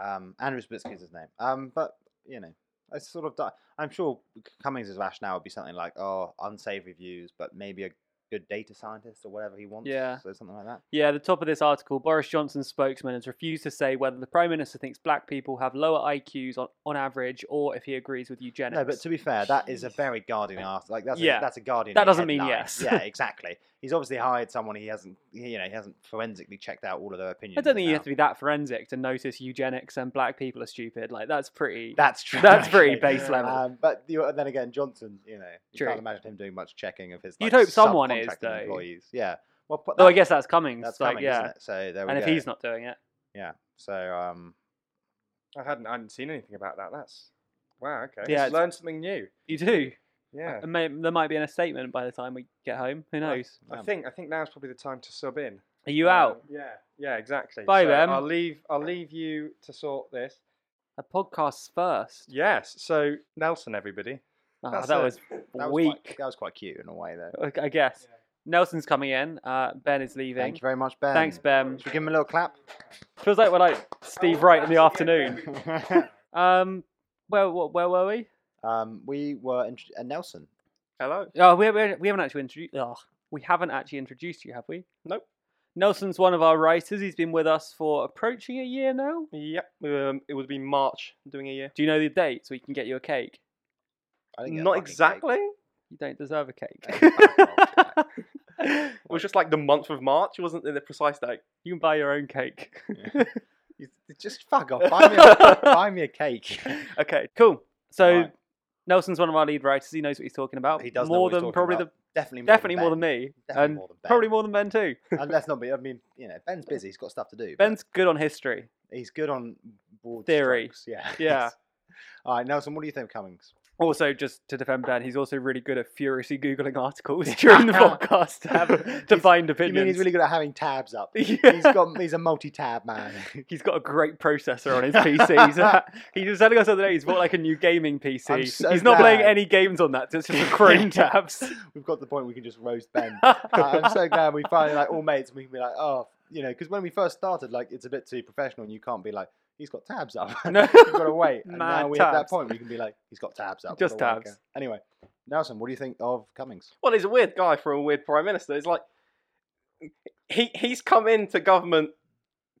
[SPEAKER 2] Um, Andrew Sabitsky is his name. Um, but you know, it's sort of. Di- I'm sure Cummings' rationale would be something like, "Oh, unsavory views, but maybe a good data scientist or whatever he wants."
[SPEAKER 1] Yeah.
[SPEAKER 2] so something like that.
[SPEAKER 1] Yeah, the top of this article, Boris Johnson's spokesman has refused to say whether the Prime Minister thinks black people have lower IQs on, on average or if he agrees with eugenics.
[SPEAKER 2] No, but to be fair, that is a very Guardian art. Like that's
[SPEAKER 1] Yeah.
[SPEAKER 2] a, that's a Guardian.
[SPEAKER 1] That doesn't mean
[SPEAKER 2] headline.
[SPEAKER 1] yes.
[SPEAKER 2] yeah, exactly. He's obviously hired someone. He hasn't. he- You know, he hasn't forensically checked out all of their opinions.
[SPEAKER 1] I don't think you
[SPEAKER 2] and how-
[SPEAKER 1] have to be that forensic to notice eugenics and black people are stupid. Like, that's pretty.
[SPEAKER 2] That's true.
[SPEAKER 1] That's pretty
[SPEAKER 2] actually.
[SPEAKER 1] base level.
[SPEAKER 2] Um, but you, then again, Johnson, you know, you
[SPEAKER 1] True.
[SPEAKER 2] can't imagine him doing much checking of his.
[SPEAKER 1] You'd
[SPEAKER 2] like,
[SPEAKER 1] hope someone is,
[SPEAKER 2] subcontracting
[SPEAKER 1] though.
[SPEAKER 2] Employees, yeah. Well, put
[SPEAKER 1] Though I
[SPEAKER 2] that-
[SPEAKER 1] guess that's Cummings.
[SPEAKER 2] that's
[SPEAKER 1] like,
[SPEAKER 2] coming,
[SPEAKER 1] yeah.
[SPEAKER 2] isn't it? So there we
[SPEAKER 1] And if
[SPEAKER 2] go.
[SPEAKER 1] he's not doing it,
[SPEAKER 2] yeah. So um,
[SPEAKER 3] I hadn't, I hadn't seen anything about that. That's wow. Okay,
[SPEAKER 1] Yeah,
[SPEAKER 3] yeah,
[SPEAKER 1] it's-
[SPEAKER 3] learned something new.
[SPEAKER 1] you do.
[SPEAKER 3] Yeah,
[SPEAKER 1] And may, there might be a statement by the time we get home. Who
[SPEAKER 3] Right.
[SPEAKER 1] knows?
[SPEAKER 3] I
[SPEAKER 2] um,
[SPEAKER 3] think I think now's probably the time to sub in.
[SPEAKER 1] Are you
[SPEAKER 3] Um,
[SPEAKER 1] out?
[SPEAKER 3] Yeah, yeah, exactly.
[SPEAKER 1] Bye,
[SPEAKER 3] so
[SPEAKER 1] Ben.
[SPEAKER 3] I'll leave. I'll leave you to sort this.
[SPEAKER 1] A podcast's first.
[SPEAKER 3] Yes. So Nelson, everybody.
[SPEAKER 1] Ah,
[SPEAKER 3] That's
[SPEAKER 1] that
[SPEAKER 3] it.
[SPEAKER 1] was
[SPEAKER 2] that was
[SPEAKER 1] weak,
[SPEAKER 2] Quite, that was quite cute in a way, though.
[SPEAKER 1] I- I guess. Nelson's coming in. Uh, ben is leaving.
[SPEAKER 2] Thank you very much, Ben.
[SPEAKER 1] Thanks, Ben.
[SPEAKER 2] Should we give him a little clap?
[SPEAKER 1] Feels like we're like Steve Wright in the afternoon.
[SPEAKER 2] afternoon.
[SPEAKER 1] Um, where, where, where were we?
[SPEAKER 2] um, we were int- uh, Nelson.
[SPEAKER 3] Hello.
[SPEAKER 1] Oh, we, we, we haven't actually introduced. Oh, we haven't actually introduced you, have we?
[SPEAKER 3] Nope.
[SPEAKER 1] Nelson's one of our writers. He's been with us for approaching a year now.
[SPEAKER 3] Yep. Um, it would be March doing a year.
[SPEAKER 1] Do you know the date so we can get you a cake?
[SPEAKER 2] I didn't get a
[SPEAKER 3] Not
[SPEAKER 2] fucking cake.
[SPEAKER 3] exactly.
[SPEAKER 1] You don't deserve a cake.
[SPEAKER 2] Oh,
[SPEAKER 3] It was just like the month of March. It wasn't the precise date.
[SPEAKER 1] you can buy your own cake.
[SPEAKER 2] You- Just fuck off. Buy me a, buy me a cake.
[SPEAKER 1] okay, cool. So
[SPEAKER 2] Right.
[SPEAKER 1] Nelson's one of our lead writers. He knows what he's talking about.
[SPEAKER 2] He does know
[SPEAKER 1] more
[SPEAKER 2] what he's
[SPEAKER 1] than
[SPEAKER 2] talking
[SPEAKER 1] probably
[SPEAKER 2] about. definitely
[SPEAKER 1] the
[SPEAKER 2] more
[SPEAKER 1] definitely
[SPEAKER 2] than
[SPEAKER 1] more
[SPEAKER 2] Ben.
[SPEAKER 1] than me,
[SPEAKER 2] Definitely
[SPEAKER 1] and
[SPEAKER 2] more than ben.
[SPEAKER 1] probably more than Ben too.
[SPEAKER 2] and let's not be. I mean, you know, Ben's busy. He's got stuff to do. but
[SPEAKER 1] Ben's good on history.
[SPEAKER 2] he's good on broad
[SPEAKER 1] Theory.
[SPEAKER 2] strokes, Yeah.
[SPEAKER 1] Yeah.
[SPEAKER 2] All right, Nelson. What do you think, of Cummings?
[SPEAKER 1] Also, just to defend Ben, he's also really good at furiously googling articles during the podcast to, have, to
[SPEAKER 2] He's-
[SPEAKER 1] find
[SPEAKER 2] You
[SPEAKER 1] opinions.
[SPEAKER 2] mean he's really good at having tabs up?
[SPEAKER 1] Yeah.
[SPEAKER 2] He's got. He's a multi-tab man.
[SPEAKER 1] He's got a great processor on his PC. He's a- he was telling us the other day he's bought like a new gaming PC.
[SPEAKER 2] I'm so
[SPEAKER 1] he's not playing
[SPEAKER 2] glad.
[SPEAKER 1] any games on that. It's just the Chrome tabs.
[SPEAKER 2] We've got to the point we can just roast Ben. I- I'm so glad we finally like all mates. and We can be like, oh, you know, because when we first started, like it's a bit too professional, and you can't be like, he's got tabs up.
[SPEAKER 1] No.
[SPEAKER 2] You've got to wait. And
[SPEAKER 1] Mad
[SPEAKER 2] now we are at that
[SPEAKER 1] tabs.
[SPEAKER 2] point, we can be like, he's got tabs up.
[SPEAKER 1] Just
[SPEAKER 2] what a wanker.
[SPEAKER 1] tabs.
[SPEAKER 2] Anyway, Nelson, what do you think of Cummings?
[SPEAKER 4] well, he's a weird guy for a weird prime minister. It's like he he's come into government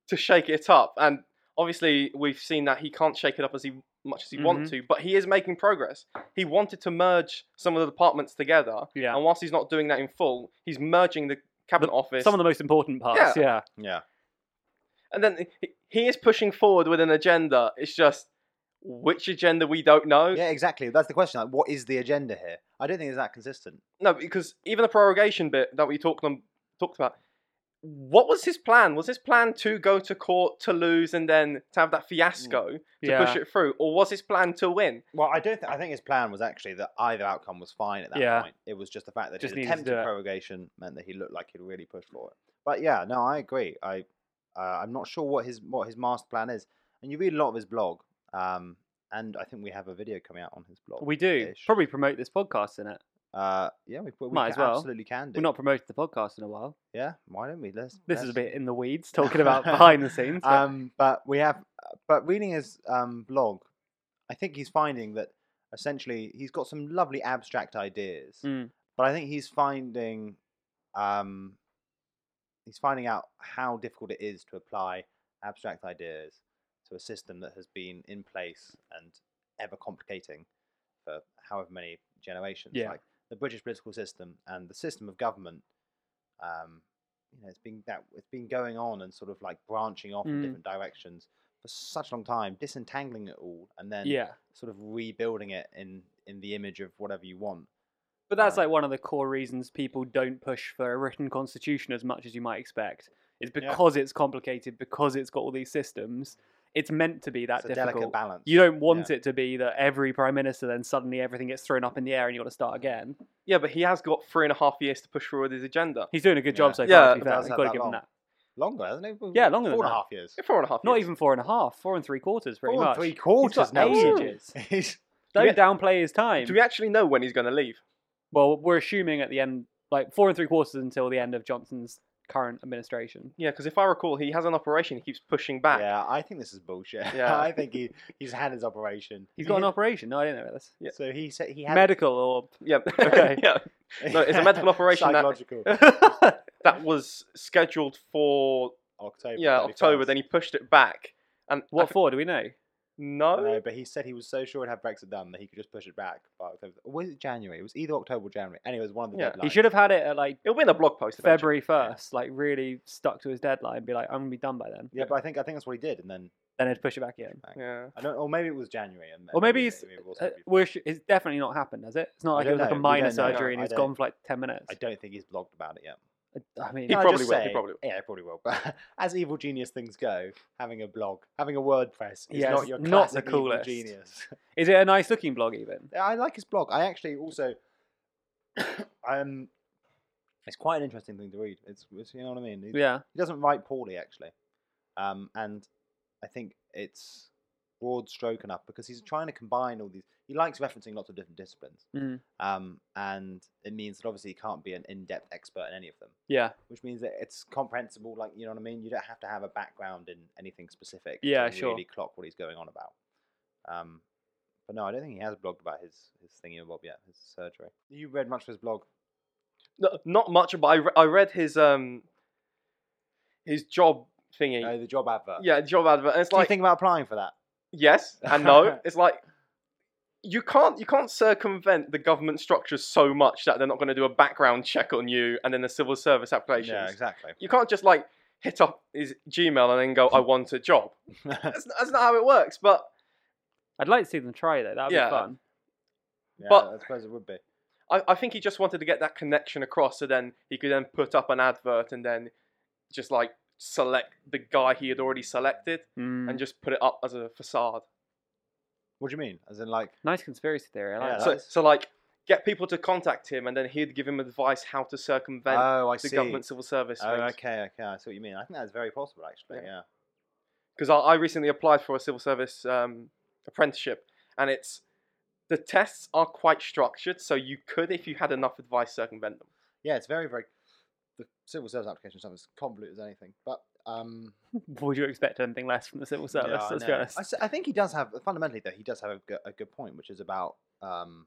[SPEAKER 4] to shake it up, and obviously we've seen that he can't shake it up as he much as he wants
[SPEAKER 2] Mm-hmm.
[SPEAKER 4] to. But he is making progress. He wanted to merge some of the departments together,
[SPEAKER 1] yeah.
[SPEAKER 4] and whilst he's not doing that in full, he's merging the cabinet office.
[SPEAKER 1] Some of the most important parts, yeah.
[SPEAKER 2] Yeah.
[SPEAKER 4] and then he, he is pushing forward with an agenda. It's just which agenda we don't know.
[SPEAKER 2] Yeah, exactly. That's the question. Like, what is the agenda here? I don't think it's that consistent.
[SPEAKER 4] No, because even the prorogation bit that we talked on talked about, what was his plan? Was his plan to go to court to lose and then to have that fiasco to
[SPEAKER 1] Mm. yeah.
[SPEAKER 4] push it through, or was his plan to win?
[SPEAKER 2] Well, I don't. Th- I think his plan was actually that either outcome was fine at that
[SPEAKER 1] Yeah.
[SPEAKER 2] point. It was just the fact that
[SPEAKER 1] Just
[SPEAKER 2] his
[SPEAKER 1] needed to
[SPEAKER 2] attempted
[SPEAKER 1] do it.
[SPEAKER 2] prorogation meant that he looked like he'd really pushed for it. But yeah, no, I agree. I uh, I'm not sure what his what his master plan is, and you read a lot of his blog. Um, and I think we have a video coming out on his blog.
[SPEAKER 1] We do.
[SPEAKER 2] Ish.
[SPEAKER 1] Probably promote this podcast in it.
[SPEAKER 2] Uh, yeah, we, we
[SPEAKER 1] Might
[SPEAKER 2] ca-
[SPEAKER 1] as well.
[SPEAKER 2] absolutely can do.
[SPEAKER 1] We're not promoted the podcast in a while.
[SPEAKER 2] Yeah, why don't we? Let's.
[SPEAKER 1] This
[SPEAKER 2] let's-
[SPEAKER 1] is a bit in the weeds, talking about behind the scenes. but-
[SPEAKER 2] Um, but we have, but reading his um, blog, I think he's finding that essentially he's got some lovely abstract ideas,
[SPEAKER 1] Mm.
[SPEAKER 2] but I think he's finding, um, he's finding out how difficult it is to apply abstract ideas to a system that has been in place and ever complicating for however many generations.
[SPEAKER 1] Yeah.
[SPEAKER 2] Like the British political system and the system of government um, you know, it's been that it's been going on and sort of like branching off in
[SPEAKER 1] Mm.
[SPEAKER 2] different directions for such a long time, disentangling it all and then
[SPEAKER 1] yeah.
[SPEAKER 2] sort of rebuilding it in in the image of whatever you want.
[SPEAKER 1] But that's
[SPEAKER 2] Uh,
[SPEAKER 1] like one of the core reasons people don't push for a written constitution as much as you might expect. Is
[SPEAKER 2] Yeah.
[SPEAKER 1] because it's complicated, because it's got all these systems. It's meant to be that
[SPEAKER 2] it's a delicate
[SPEAKER 1] difficult.
[SPEAKER 2] balance.
[SPEAKER 1] You don't want it to be that every prime minister then suddenly everything gets thrown up in the air and you got to start again.
[SPEAKER 3] Yeah, but he has got three and a half years to push forward his agenda.
[SPEAKER 1] He's doing a good job
[SPEAKER 2] Yeah.
[SPEAKER 1] so
[SPEAKER 3] Yeah,
[SPEAKER 1] far. to be
[SPEAKER 2] it
[SPEAKER 1] fair.
[SPEAKER 2] does
[SPEAKER 1] You've
[SPEAKER 2] have
[SPEAKER 1] got to
[SPEAKER 2] that
[SPEAKER 1] give him
[SPEAKER 2] long.
[SPEAKER 1] that.
[SPEAKER 2] longer, hasn't it?
[SPEAKER 1] Yeah, longer than
[SPEAKER 2] Four and a
[SPEAKER 1] that.
[SPEAKER 2] half years.
[SPEAKER 3] Four and a half.
[SPEAKER 1] Not
[SPEAKER 3] years.
[SPEAKER 1] even four and a half, four and three quarters, pretty
[SPEAKER 2] Four and
[SPEAKER 1] much.
[SPEAKER 2] three
[SPEAKER 1] He's
[SPEAKER 2] quarters
[SPEAKER 1] got
[SPEAKER 2] now.
[SPEAKER 1] ages.
[SPEAKER 2] He's-
[SPEAKER 1] Don't
[SPEAKER 3] Yeah.
[SPEAKER 1] downplay his time.
[SPEAKER 3] Do we actually know when he's going to leave?
[SPEAKER 1] Well, we're assuming at the end, like four and three quarters until the end of Johnson's current administration.
[SPEAKER 3] Yeah, because if I recall, he has an operation. He keeps pushing back.
[SPEAKER 2] yeah, I think this is bullshit.
[SPEAKER 3] Yeah.
[SPEAKER 2] I think he he's had his operation.
[SPEAKER 1] He's got an operation. No, I didn't know about this.
[SPEAKER 3] Yeah.
[SPEAKER 2] So he said he had
[SPEAKER 1] Medical or
[SPEAKER 3] Yeah.
[SPEAKER 1] Okay.
[SPEAKER 3] yeah. No, it's a medical operation that-
[SPEAKER 2] Psychological.
[SPEAKER 3] That was scheduled for
[SPEAKER 2] October.
[SPEAKER 3] yeah October.
[SPEAKER 2] 31st.
[SPEAKER 3] Then he pushed it back. And I
[SPEAKER 1] what
[SPEAKER 3] th-
[SPEAKER 1] for? Do we know?
[SPEAKER 3] No.
[SPEAKER 2] No, but he said he was so sure he'd have Brexit done that he could just push it back by October. Or was it January? It was either October or January. Anyway, it was one of the
[SPEAKER 3] Yeah, he
[SPEAKER 2] deadlines.
[SPEAKER 1] He should have had it at like
[SPEAKER 3] It'll be in a blog post. eventually.
[SPEAKER 1] February first. Like really stuck to his deadline. Be like, I'm gonna be done by then.
[SPEAKER 2] Yeah, but I think I think that's what he did, and then
[SPEAKER 1] Then he'd push it back in.
[SPEAKER 3] Yeah.
[SPEAKER 2] I don't, or maybe it was January, and,
[SPEAKER 1] Or
[SPEAKER 2] and
[SPEAKER 1] maybe it's-
[SPEAKER 2] it was
[SPEAKER 1] Uh,
[SPEAKER 2] February.
[SPEAKER 1] which it's definitely not happened, has it? It's not
[SPEAKER 2] I
[SPEAKER 1] like it
[SPEAKER 2] don't
[SPEAKER 1] was like
[SPEAKER 2] know.
[SPEAKER 1] a
[SPEAKER 2] We
[SPEAKER 1] minor
[SPEAKER 2] don't know.
[SPEAKER 1] surgery
[SPEAKER 2] No,
[SPEAKER 1] and
[SPEAKER 2] I
[SPEAKER 1] he's
[SPEAKER 2] don't-
[SPEAKER 1] gone for like ten minutes.
[SPEAKER 2] I don't think he's blogged about it yet.
[SPEAKER 1] I mean,
[SPEAKER 3] He
[SPEAKER 2] No,
[SPEAKER 3] probably
[SPEAKER 2] just
[SPEAKER 3] will. He
[SPEAKER 2] say-
[SPEAKER 3] probably will.
[SPEAKER 2] Yeah, he probably will. But as evil genius things go, having a blog, having a WordPress is
[SPEAKER 1] Yeah,
[SPEAKER 2] not
[SPEAKER 1] it's
[SPEAKER 2] your
[SPEAKER 1] not the
[SPEAKER 2] classic evil
[SPEAKER 1] coolest.
[SPEAKER 2] genius.
[SPEAKER 1] is it a nice looking blog even?
[SPEAKER 2] Yeah, I like his blog. I actually also, um, it's quite an interesting thing to read. It's, it's you know what I mean. He-
[SPEAKER 1] Yeah.
[SPEAKER 2] He doesn't write poorly actually, um, and I think it's broad stroke enough because he's trying to combine all these. He likes referencing lots of different disciplines,
[SPEAKER 1] Mm.
[SPEAKER 2] um, and it means that obviously he can't be an in-depth expert in any of them,
[SPEAKER 1] Yeah.
[SPEAKER 2] which means that it's comprehensible. Like you know what I mean. You don't have to have a background in anything specific.
[SPEAKER 1] Yeah,
[SPEAKER 2] to
[SPEAKER 1] sure.
[SPEAKER 2] Really clock what he's going on about. Um, but no, I don't think he has blogged about his his thingy bob yet. His surgery. You read much of his blog?
[SPEAKER 3] No, not much, but I, re- I read his um his job thingy.
[SPEAKER 2] No, Oh, the job advert.
[SPEAKER 3] yeah, job advert. And it's
[SPEAKER 2] Do you
[SPEAKER 3] like
[SPEAKER 2] think about applying for that?
[SPEAKER 3] yes and no. it's like you can't you can't circumvent the government structures so much that they're not going to do a background check on you and then a civil service application.
[SPEAKER 2] Yeah, exactly.
[SPEAKER 3] You can't just like hit up his Gmail and then go, "I want a job." That's, that's not how it works. But
[SPEAKER 1] I'd like to see them try though. That'd
[SPEAKER 3] Yeah.
[SPEAKER 1] be fun.
[SPEAKER 2] Yeah,
[SPEAKER 3] But-
[SPEAKER 2] I suppose it would be.
[SPEAKER 3] I, I think he just wanted to get that connection across so then he could then put up an advert and then just like select the guy he had already selected
[SPEAKER 2] Mm-hmm.
[SPEAKER 1] Mm.
[SPEAKER 3] and just put it up as a facade.
[SPEAKER 2] What do you mean? As in, like,
[SPEAKER 1] nice conspiracy theory. I like
[SPEAKER 2] Yeah,
[SPEAKER 1] that.
[SPEAKER 3] So,
[SPEAKER 2] that's-
[SPEAKER 3] so like get people to contact him and then he'd give him advice how to circumvent
[SPEAKER 2] oh, I
[SPEAKER 3] the
[SPEAKER 2] see.
[SPEAKER 3] government civil service.
[SPEAKER 2] Oh, okay, okay. I see what you mean. I think that's very possible, actually. Yeah.
[SPEAKER 3] Yeah. Because I, I recently applied for a civil service um, apprenticeship and it's the tests are quite structured, so you could, if you had enough advice, circumvent them.
[SPEAKER 2] yeah, It's very, very. The civil service application stuff is convoluted as anything, but um.
[SPEAKER 1] Would you expect anything less from the civil service?
[SPEAKER 2] yeah, I
[SPEAKER 1] let's be
[SPEAKER 2] know.
[SPEAKER 1] honest.
[SPEAKER 2] I, s- I think he does have fundamentally though. He does have a, go- a good point, which is about um,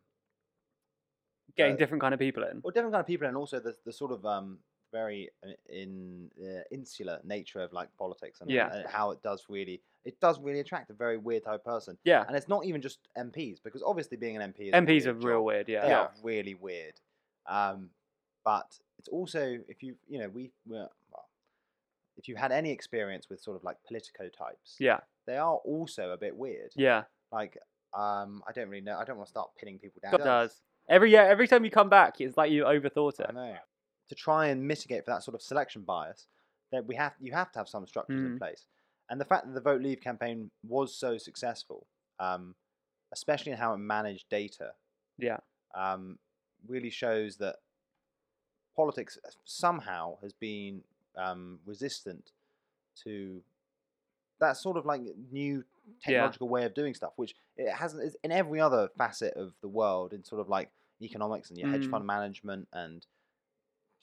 [SPEAKER 1] Getting
[SPEAKER 2] uh,
[SPEAKER 1] different kind of people in.
[SPEAKER 2] well, different kind of people, and also the the sort of um very uh, in uh, insular nature of like politics and,
[SPEAKER 1] Yeah.
[SPEAKER 2] and how it does really it does really attract a very weird type of person
[SPEAKER 1] Yeah.
[SPEAKER 2] and it's not even just mps because obviously being an mp is a
[SPEAKER 1] MPs are
[SPEAKER 2] weird job.
[SPEAKER 1] real weird. Yeah.
[SPEAKER 2] they
[SPEAKER 3] Yeah.
[SPEAKER 2] are really weird. Um, but it's also if you you know we were well, if you had any experience with sort of like politico types,
[SPEAKER 1] Yeah.
[SPEAKER 2] they are also a bit weird.
[SPEAKER 1] Yeah.
[SPEAKER 2] Like um, I don't really know. I don't want to start pinning people down.
[SPEAKER 1] It does. Every yeah, every time you come back, it's like you overthought it.
[SPEAKER 2] I know. To try and mitigate for that sort of selection bias, that we have you have to have some structures in
[SPEAKER 1] Mhm.
[SPEAKER 2] place. And the fact that the Vote Leave campaign was so successful, um, especially in how it managed data,
[SPEAKER 1] Yeah.
[SPEAKER 2] um, really shows that politics uh, somehow has been um, resistant to that sort of like new technological way of doing stuff, which it hasn't it's in every other facet of the world in sort of like economics and your hedge
[SPEAKER 1] Mm.
[SPEAKER 2] fund management and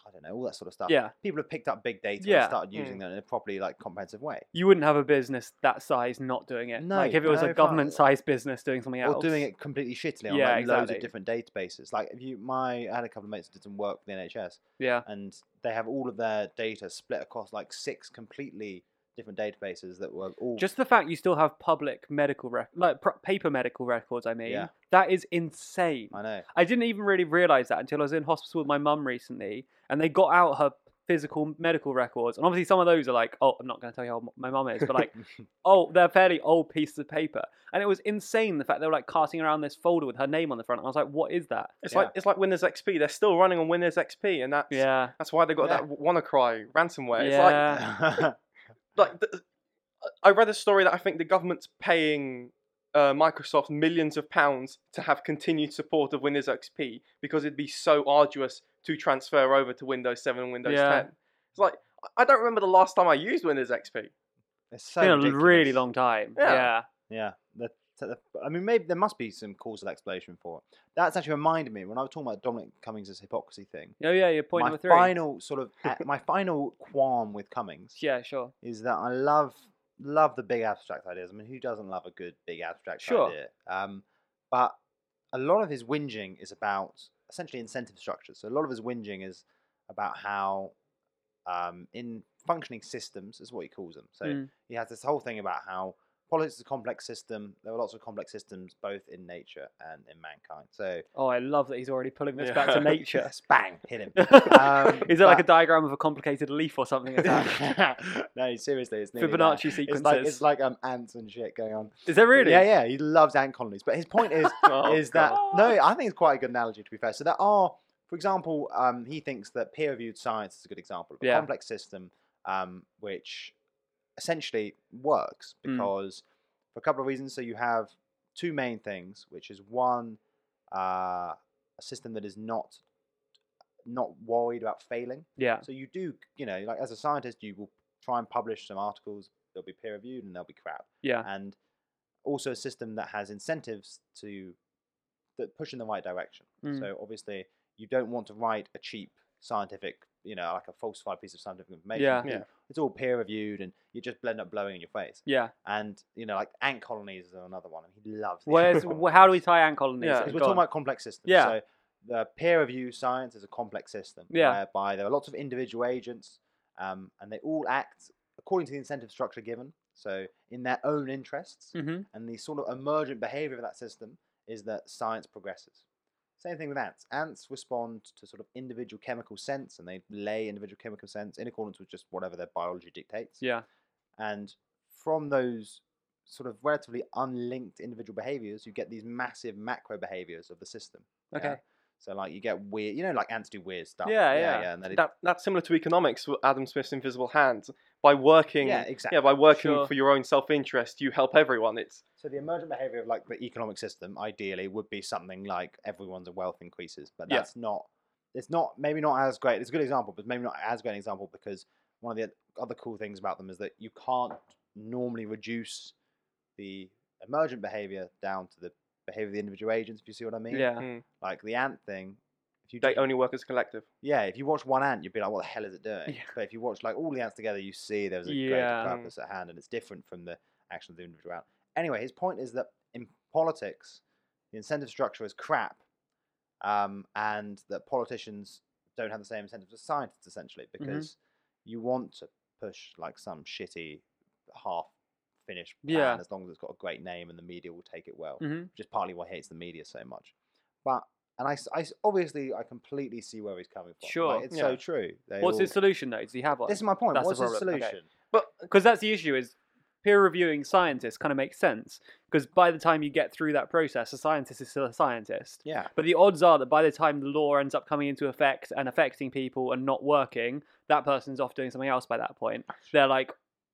[SPEAKER 2] I don't know all that sort of stuff.
[SPEAKER 1] Yeah.
[SPEAKER 2] people have picked up big data
[SPEAKER 1] Yeah. Mm.
[SPEAKER 2] and started using that in a properly like comprehensive way.
[SPEAKER 1] You wouldn't have a business that size not doing it.
[SPEAKER 2] No,
[SPEAKER 1] like if it was
[SPEAKER 2] no,
[SPEAKER 1] a
[SPEAKER 2] fine.
[SPEAKER 1] government-sized business doing something else.
[SPEAKER 2] Or doing it completely shittily on
[SPEAKER 1] Yeah,
[SPEAKER 2] like loads
[SPEAKER 1] exactly.
[SPEAKER 2] of different databases. Like if you, my I had a couple of mates that did some work for the NHS,
[SPEAKER 1] Yeah.
[SPEAKER 2] and they have all of their data split across like six completely different databases that were all
[SPEAKER 1] Just the fact you still have public medical rec- like pr- paper medical records. I mean,
[SPEAKER 2] Yeah.
[SPEAKER 1] that is insane.
[SPEAKER 2] I know.
[SPEAKER 1] I didn't even really realize that until I was in hospital with my mum recently, and they got out her physical medical records. And obviously, some of those are like, oh, I'm not going to tell you how m- my mum is, but like, oh, they're fairly old pieces of paper. And it was insane the fact they were like carting around this folder with her name on the front. And I was like, what is that?
[SPEAKER 4] It's
[SPEAKER 2] Yeah.
[SPEAKER 4] like it's like Windows XP. They're still running on Windows XP, and that's
[SPEAKER 1] Yeah.
[SPEAKER 4] that's why they got
[SPEAKER 2] Yeah.
[SPEAKER 4] that WannaCry ransomware.
[SPEAKER 1] Yeah. uh,
[SPEAKER 4] It's like like th- I read a story that I think the government's paying uh, Microsoft millions of pounds to have continued support of Windows XP because it'd be so arduous to transfer over to Windows 7 and Windows
[SPEAKER 1] Yeah.
[SPEAKER 4] 10. It's like I- I don't remember the last time I used Windows XP.
[SPEAKER 2] it's
[SPEAKER 1] It's
[SPEAKER 2] so
[SPEAKER 1] been a
[SPEAKER 2] ridiculous.
[SPEAKER 1] really long time.
[SPEAKER 4] Yeah.
[SPEAKER 1] Yeah.
[SPEAKER 2] Yeah. The, so the, I mean, maybe there must be some causal explanation for it. That's actually reminded me when I was talking about Dominic Cummings' hypocrisy thing.
[SPEAKER 1] Oh, yeah, you're point
[SPEAKER 2] my
[SPEAKER 1] number three.
[SPEAKER 2] final sort of a- my final qualm with Cummings
[SPEAKER 1] Yeah, sure.
[SPEAKER 2] is that I love love the big abstract ideas. I mean, who doesn't love a good big abstract
[SPEAKER 1] Sure.
[SPEAKER 2] idea? Um, but a lot of his whinging is about essentially incentive structures. So a lot of his whinging is about how um, in functioning systems is what he calls them. So
[SPEAKER 1] Mm.
[SPEAKER 2] he has this whole thing about how politics is a complex system. There are lots of complex systems both in nature and in mankind. So
[SPEAKER 1] Oh, I love that he's already pulling this
[SPEAKER 4] Yeah.
[SPEAKER 1] back to nature.
[SPEAKER 2] Yes, bang, hit him. Um,
[SPEAKER 1] is it like a
[SPEAKER 2] but-
[SPEAKER 1] diagram of a complicated leaf or something? Is, that?
[SPEAKER 2] no, seriously, it's nearly there.
[SPEAKER 1] Fibonacci
[SPEAKER 2] It's like,
[SPEAKER 1] sequences.
[SPEAKER 2] it's like um, ants and shit going on.
[SPEAKER 1] Is there really?
[SPEAKER 2] Yeah, yeah. He loves ant colonies. But his point is
[SPEAKER 4] Oh,
[SPEAKER 2] is that
[SPEAKER 1] God.
[SPEAKER 2] no, I think it's quite a good analogy to be fair. So there are, for example, um, he thinks that peer-reviewed science is a good example of a
[SPEAKER 1] Yeah.
[SPEAKER 2] complex system um, which essentially works
[SPEAKER 1] Mm.
[SPEAKER 2] because for a couple of reasons. So you have two main things, which is one, uh, a system that is not not worried about failing.
[SPEAKER 1] Yeah.
[SPEAKER 2] So you do, you know, like as a scientist, you will try and publish some articles. They'll be peer reviewed and they'll be crap.
[SPEAKER 1] Yeah.
[SPEAKER 2] And also a system that has incentives to that push in the right direction.
[SPEAKER 1] Mm.
[SPEAKER 2] So obviously, you don't want to write a cheap scientific, you know, like a falsified piece of scientific information.
[SPEAKER 1] Yeah.
[SPEAKER 2] because
[SPEAKER 4] Yeah.
[SPEAKER 2] It's all peer reviewed, and you just blend up blowing in your face.
[SPEAKER 1] Yeah.
[SPEAKER 2] And you know, like ant colonies are another one. He loves. the ant
[SPEAKER 1] Where's
[SPEAKER 2] colonies.
[SPEAKER 1] wh- how do we tie ant colonies?
[SPEAKER 4] Yeah.
[SPEAKER 1] in?
[SPEAKER 2] Because we're
[SPEAKER 1] Go
[SPEAKER 2] talking
[SPEAKER 1] on.
[SPEAKER 2] about complex systems.
[SPEAKER 1] Yeah.
[SPEAKER 2] So the peer review science is a complex system
[SPEAKER 1] Yeah.
[SPEAKER 2] whereby there are lots of individual agents um, and they all act according to the incentive structure given, so in their own interests.
[SPEAKER 1] Mhm.
[SPEAKER 2] And the sort of emergent behavior of that system is that science progresses. Same thing with ants. Ants respond to sort of individual chemical scents and they lay individual chemical scents in accordance with just whatever their biology dictates.
[SPEAKER 1] Yeah.
[SPEAKER 2] And from those sort of relatively unlinked individual behaviors, you get these massive macro behaviors of the system. yeah?
[SPEAKER 1] Okay.
[SPEAKER 2] So like you get weird, you know, like ants do weird stuff.
[SPEAKER 1] Yeah, yeah.
[SPEAKER 2] yeah. and then it,
[SPEAKER 4] That that's similar to economics with Adam Smith's Invisible Hand. By working,
[SPEAKER 2] yeah, exactly.
[SPEAKER 4] yeah, by working
[SPEAKER 1] Sure.
[SPEAKER 4] for your own self-interest, you help everyone. It's
[SPEAKER 2] So the emergent behavior of like the economic system, ideally, would be something like everyone's wealth increases, but
[SPEAKER 1] Yeah.
[SPEAKER 2] that's not. It's not maybe not as great. It's a good example, but maybe not as great an example because one of the other cool things about them is that you can't normally reduce the emergent behavior down to the behavior of the individual agents. If you see what I mean?
[SPEAKER 1] Yeah.
[SPEAKER 4] Mm.
[SPEAKER 2] Like the ant thing. If you
[SPEAKER 4] they
[SPEAKER 2] just-
[SPEAKER 4] only work as a collective.
[SPEAKER 2] yeah, if you watch one ant, you'd be like, "What the hell is it doing?"
[SPEAKER 1] Yeah.
[SPEAKER 2] But if you watch like all the ants together, you see there's a
[SPEAKER 1] Yeah.
[SPEAKER 2] greater purpose at hand, and it's different from the action of the individual ant. Anyway, his point is that in politics, the incentive structure is crap, um, and that politicians don't have the same incentives as scientists essentially
[SPEAKER 1] Mm-hmm.
[SPEAKER 2] because you want to push like some shitty half-finished plan
[SPEAKER 1] Yeah.
[SPEAKER 2] as long as it's got a great name and the media will take it well
[SPEAKER 1] Mhm.
[SPEAKER 2] which is partly why he hates the media so much. But and I, s- I s- obviously I completely see where he's coming from.
[SPEAKER 1] Sure,
[SPEAKER 2] like, it's
[SPEAKER 4] yeah.
[SPEAKER 2] so true. They
[SPEAKER 1] What's
[SPEAKER 2] all-
[SPEAKER 1] his solution though? Does he have one?
[SPEAKER 2] This is my point.
[SPEAKER 1] That's the
[SPEAKER 2] What's his
[SPEAKER 1] problem, okay.
[SPEAKER 2] solution?
[SPEAKER 4] But
[SPEAKER 1] because that's the issue is peer reviewing scientists kind of makes sense because by the time you get through that process a scientist is still a scientist
[SPEAKER 2] Yeah,
[SPEAKER 1] but the odds are that by the time the law ends up coming into effect and affecting people and not working that person's off doing something else by that point they're like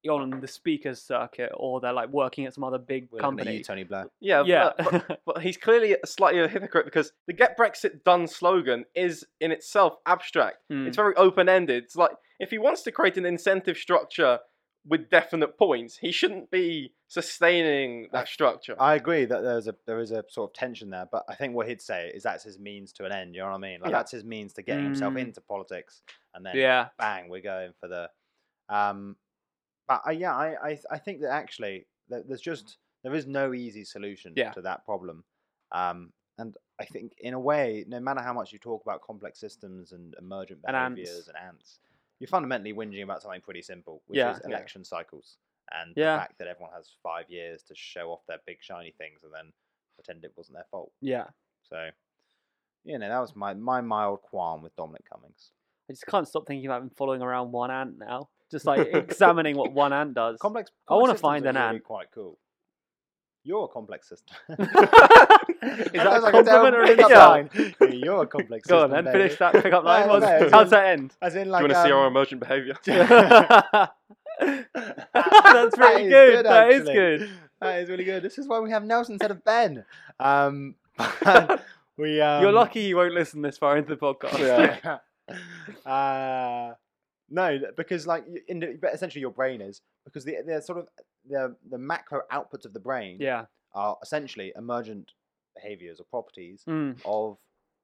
[SPEAKER 1] on the speakers circuit or they're like working at some other big
[SPEAKER 2] we're looking at
[SPEAKER 1] company
[SPEAKER 2] you, Tony Blair.
[SPEAKER 4] yeah,
[SPEAKER 1] yeah
[SPEAKER 4] but- But he's clearly a- slightly a hypocrite because the Get Brexit Done slogan is in itself abstract.
[SPEAKER 1] Mm.
[SPEAKER 4] It's very open ended. It's like if he wants to create an incentive structure with definite points. He shouldn't be sustaining that structure.
[SPEAKER 2] I agree that there's a there is a sort of tension there, but I think what he'd say is that's his means to an end. You know what I mean? Like
[SPEAKER 4] Yeah.
[SPEAKER 2] that's his means to getting himself
[SPEAKER 1] Mm.
[SPEAKER 2] into politics, and then
[SPEAKER 1] Yeah.
[SPEAKER 2] bang, we're going for the. Um, but I, yeah, I, I I think that actually that there's just there is no easy solution
[SPEAKER 1] Yeah.
[SPEAKER 2] to that problem, um, and I think in a way, no matter how much you talk about complex systems and emergent
[SPEAKER 1] And ants.
[SPEAKER 2] behaviors and ants, you're fundamentally whinging about something pretty simple, which
[SPEAKER 1] Yeah.
[SPEAKER 2] is
[SPEAKER 4] Yeah.
[SPEAKER 2] election cycles and
[SPEAKER 1] Yeah.
[SPEAKER 2] the fact that everyone has five years to show off their big shiny things and then pretend it wasn't their fault.
[SPEAKER 1] Yeah.
[SPEAKER 2] So, you know, that was my my mild qualm with Dominic Cummings.
[SPEAKER 1] I just can't stop thinking about him following around one ant now. Just like examining what one ant does.
[SPEAKER 2] Complex.
[SPEAKER 1] I wanna
[SPEAKER 2] complex systems
[SPEAKER 1] find
[SPEAKER 2] are
[SPEAKER 1] an
[SPEAKER 2] really
[SPEAKER 1] ant.
[SPEAKER 2] Quite cool. You're a complex system.
[SPEAKER 1] Is
[SPEAKER 2] That
[SPEAKER 1] that a
[SPEAKER 2] sounds like a
[SPEAKER 1] compliment
[SPEAKER 2] terrible
[SPEAKER 1] or an
[SPEAKER 2] pickup
[SPEAKER 1] insult?
[SPEAKER 2] line. Yeah, You're a complex
[SPEAKER 1] Go on
[SPEAKER 2] system.
[SPEAKER 1] then,
[SPEAKER 2] baby.
[SPEAKER 1] finish that pickup line.
[SPEAKER 2] No, no,
[SPEAKER 1] What's-
[SPEAKER 2] no, it's
[SPEAKER 1] How's
[SPEAKER 2] in-
[SPEAKER 1] that end?
[SPEAKER 2] As in,
[SPEAKER 4] Do
[SPEAKER 2] like,
[SPEAKER 4] you want to see our
[SPEAKER 2] um,
[SPEAKER 4] emergent behaviour?
[SPEAKER 1] That's pretty
[SPEAKER 2] is
[SPEAKER 1] good. That is
[SPEAKER 2] actually.
[SPEAKER 1] good.
[SPEAKER 2] That is really good. This is why we have Nelson instead of Ben. Um, but we. Um,
[SPEAKER 1] You're lucky you won't listen this far into the podcast.
[SPEAKER 2] uh, no, th- because like y- in the, but essentially your brain is because the the sort of the the macro outputs of the brain
[SPEAKER 1] Yeah.
[SPEAKER 2] are essentially emergent behaviors or properties
[SPEAKER 1] Mm,
[SPEAKER 2] of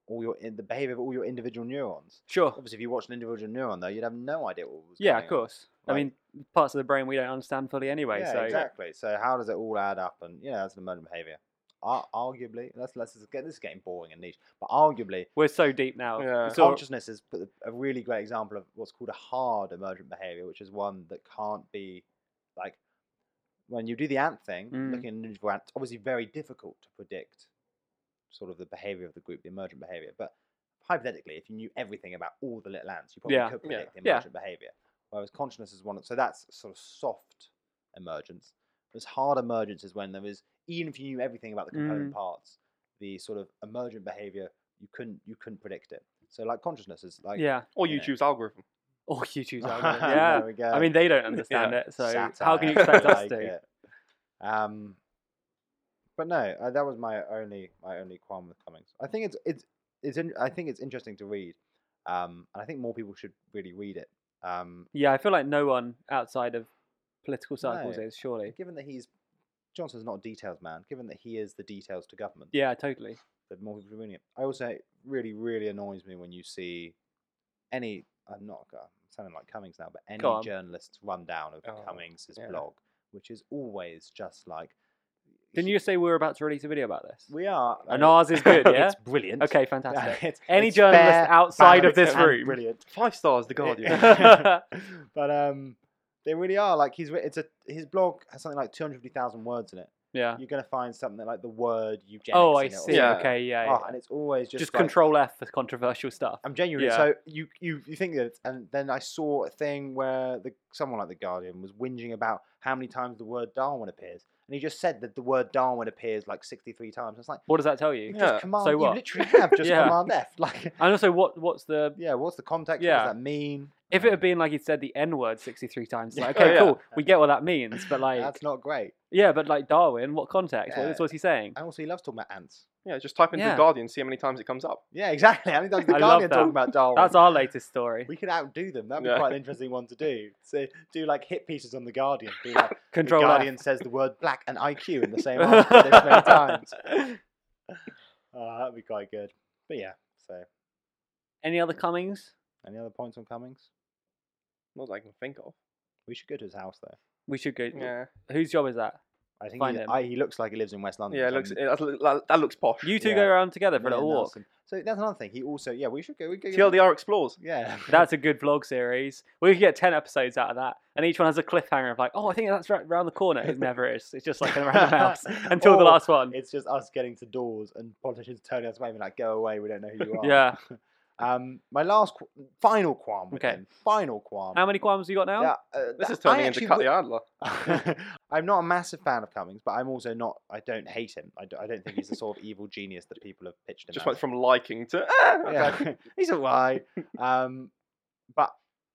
[SPEAKER 2] all your in the behavior of all your individual neurons.
[SPEAKER 1] sure.
[SPEAKER 2] Obviously, if you watched an individual neuron though, you'd have no idea what was.
[SPEAKER 1] Yeah,
[SPEAKER 2] going
[SPEAKER 1] of
[SPEAKER 2] on.
[SPEAKER 1] course. I
[SPEAKER 2] Like-
[SPEAKER 1] mean, parts of the brain we don't understand fully anyway.
[SPEAKER 2] Yeah,
[SPEAKER 1] so
[SPEAKER 2] exactly. So how does it all add up? And yeah, that's an emergent behavior. Ar- arguably, let's let's just get this is getting boring and niche, but arguably
[SPEAKER 1] we're so deep now.
[SPEAKER 4] Yeah.
[SPEAKER 1] So-
[SPEAKER 2] Uh, consciousness is p- a really great example of what's called a hard emergent behavior, which is one that can't be like when you do the ant thing,
[SPEAKER 1] Mm.
[SPEAKER 2] looking at an individual ant, it's obviously very difficult to predict sort of the behavior of the group, the emergent behavior. But hypothetically, if you knew everything about all the little ants, you probably
[SPEAKER 1] Yeah,
[SPEAKER 2] could
[SPEAKER 4] yeah,
[SPEAKER 2] predict the
[SPEAKER 1] yeah.
[SPEAKER 2] emergent behavior. Whereas consciousness is one of, so that's sort of soft emergence. Whereas hard emergence is when there is, even if you knew everything about the
[SPEAKER 1] Mm.
[SPEAKER 2] component parts, the sort of emergent behavior you couldn't you couldn't predict it. So like consciousness is like
[SPEAKER 1] yeah.
[SPEAKER 4] or
[SPEAKER 2] Yeah.
[SPEAKER 4] YouTube's algorithm.
[SPEAKER 1] Or YouTube's algorithm. Yeah.
[SPEAKER 2] there we go.
[SPEAKER 1] I mean, they don't understand
[SPEAKER 4] Yeah.
[SPEAKER 1] it. So how can you
[SPEAKER 2] Satire,
[SPEAKER 1] expect
[SPEAKER 2] I
[SPEAKER 1] us
[SPEAKER 2] like
[SPEAKER 1] to?
[SPEAKER 2] it. Um, but no, uh, that was my only my only qualm with Cummings. I think it's it's it's in, I think it's interesting to read, um, and I think more people should really read it. Um,
[SPEAKER 1] Yeah, I feel like no one outside of political circles
[SPEAKER 2] No.
[SPEAKER 1] is surely.
[SPEAKER 2] given that he's Johnson's not a details man, given that he is the details to government,
[SPEAKER 1] Yeah, totally.
[SPEAKER 2] that more people should be reading it. I also it really really annoys me when you see any I'm not uh, I'm sounding like Cummings now, but any
[SPEAKER 1] Go on.
[SPEAKER 2] journalist's rundown of
[SPEAKER 4] Oh,
[SPEAKER 2] Cummings'
[SPEAKER 4] yeah.
[SPEAKER 2] blog, which is always just like
[SPEAKER 1] Didn't you say we were about to release a video about this?
[SPEAKER 2] We are.
[SPEAKER 1] And
[SPEAKER 2] uh,
[SPEAKER 1] ours is good, yeah?
[SPEAKER 2] it's brilliant.
[SPEAKER 1] okay, fantastic.
[SPEAKER 2] it's,
[SPEAKER 1] Any
[SPEAKER 2] it's
[SPEAKER 1] journalist
[SPEAKER 2] fair,
[SPEAKER 1] outside of
[SPEAKER 2] balanced,
[SPEAKER 1] this
[SPEAKER 2] and
[SPEAKER 1] room.
[SPEAKER 2] Brilliant.
[SPEAKER 4] Five stars, The Guardian.
[SPEAKER 1] Yeah.
[SPEAKER 2] but um, they really are like he's. writ- It's a his blog has something like two hundred fifty thousand words in it.
[SPEAKER 1] Yeah.
[SPEAKER 2] You're gonna find something like the word eugenics.
[SPEAKER 1] Uh. Oh, I
[SPEAKER 2] in it or
[SPEAKER 1] see.
[SPEAKER 2] something.
[SPEAKER 4] Yeah.
[SPEAKER 1] Okay, yeah.
[SPEAKER 2] Oh,
[SPEAKER 1] yeah.
[SPEAKER 2] and it's always just
[SPEAKER 1] Just
[SPEAKER 2] like,
[SPEAKER 1] control F for controversial stuff.
[SPEAKER 2] I'm genuinely
[SPEAKER 1] Yeah.
[SPEAKER 2] so you you you think that, it's, and then I saw a thing where the someone like the Guardian was whinging about how many times the word Darwin appears, and he just said that the word Darwin appears like 63 times. It's like
[SPEAKER 1] What does that tell
[SPEAKER 2] you
[SPEAKER 1] you?
[SPEAKER 4] Yeah.
[SPEAKER 2] just command,
[SPEAKER 1] So
[SPEAKER 2] you
[SPEAKER 1] what?
[SPEAKER 2] literally have just
[SPEAKER 1] Yeah.
[SPEAKER 2] command F. Like,
[SPEAKER 1] And also, what what's the
[SPEAKER 2] yeah, what's the context?
[SPEAKER 1] Yeah.
[SPEAKER 2] What does that mean?
[SPEAKER 1] if it had been like he said the N word sixty three times? Like, okay,
[SPEAKER 4] Yeah.
[SPEAKER 1] cool, we get what that means, but like,
[SPEAKER 2] that's not great.
[SPEAKER 1] yeah, but like Darwin, what context?
[SPEAKER 2] Yeah.
[SPEAKER 1] What was he saying?
[SPEAKER 2] And also, he loves talking about ants.
[SPEAKER 4] yeah, just type in
[SPEAKER 1] Yeah.
[SPEAKER 4] The Guardian, see how many times it comes up.
[SPEAKER 2] Yeah, exactly. I mean, the
[SPEAKER 1] I love
[SPEAKER 2] Guardian talking
[SPEAKER 1] that.
[SPEAKER 2] about Darwin.
[SPEAKER 1] That's our latest story.
[SPEAKER 2] we could outdo them. That'd be
[SPEAKER 4] Yeah.
[SPEAKER 2] quite an interesting one to do. So do like hit pieces on the Guardian. Be like,
[SPEAKER 1] Control
[SPEAKER 2] the
[SPEAKER 1] F.
[SPEAKER 2] Guardian says the word black and IQ in the same article this many times. Uh, that'd be quite good. But yeah, so
[SPEAKER 1] Any other Cummings?
[SPEAKER 2] any other points on Cummings?
[SPEAKER 4] Not that I can think of.
[SPEAKER 2] We should go to his house though.
[SPEAKER 1] We should go.
[SPEAKER 4] Yeah,
[SPEAKER 1] Whose job is that?
[SPEAKER 2] I think
[SPEAKER 1] Find
[SPEAKER 2] he,
[SPEAKER 1] him.
[SPEAKER 2] I, he looks like he lives in West London.
[SPEAKER 4] yeah, it
[SPEAKER 2] so
[SPEAKER 4] looks
[SPEAKER 2] m-
[SPEAKER 4] that looks, that looks posh.
[SPEAKER 1] You two
[SPEAKER 2] Yeah.
[SPEAKER 1] go around together for a
[SPEAKER 2] me and
[SPEAKER 1] little walk.
[SPEAKER 2] Nelson. So that's another thing. He also yeah, we should go. We go.
[SPEAKER 4] TLDR explores.
[SPEAKER 2] Yeah,
[SPEAKER 1] That's a good vlog series. We could get ten episodes out of that, and each one has a cliffhanger of like, oh, I think that's right around the corner. It never is. It's just like around the house until the
[SPEAKER 2] Or
[SPEAKER 1] last one.
[SPEAKER 2] It's just us getting to doors and politicians turning us away and being like, "Go away, we don't know who you are."
[SPEAKER 1] Yeah.
[SPEAKER 2] Um, my last, qu- final qualm. With
[SPEAKER 1] Okay.
[SPEAKER 2] Him, final qualm.
[SPEAKER 1] How many qualms have you got now?
[SPEAKER 2] Yeah, uh,
[SPEAKER 4] This
[SPEAKER 2] th-
[SPEAKER 4] is
[SPEAKER 2] I
[SPEAKER 4] turning into
[SPEAKER 2] actually
[SPEAKER 4] Cut the Adler.
[SPEAKER 2] wi- I'm not a massive fan of Cummings, but I'm also not. I don't hate him. I, d- I don't think he's the sort of evil genius that people have pitched him.
[SPEAKER 4] Just
[SPEAKER 2] as.
[SPEAKER 4] went from liking to ah, okay.
[SPEAKER 2] yeah. he's a lie. Um, but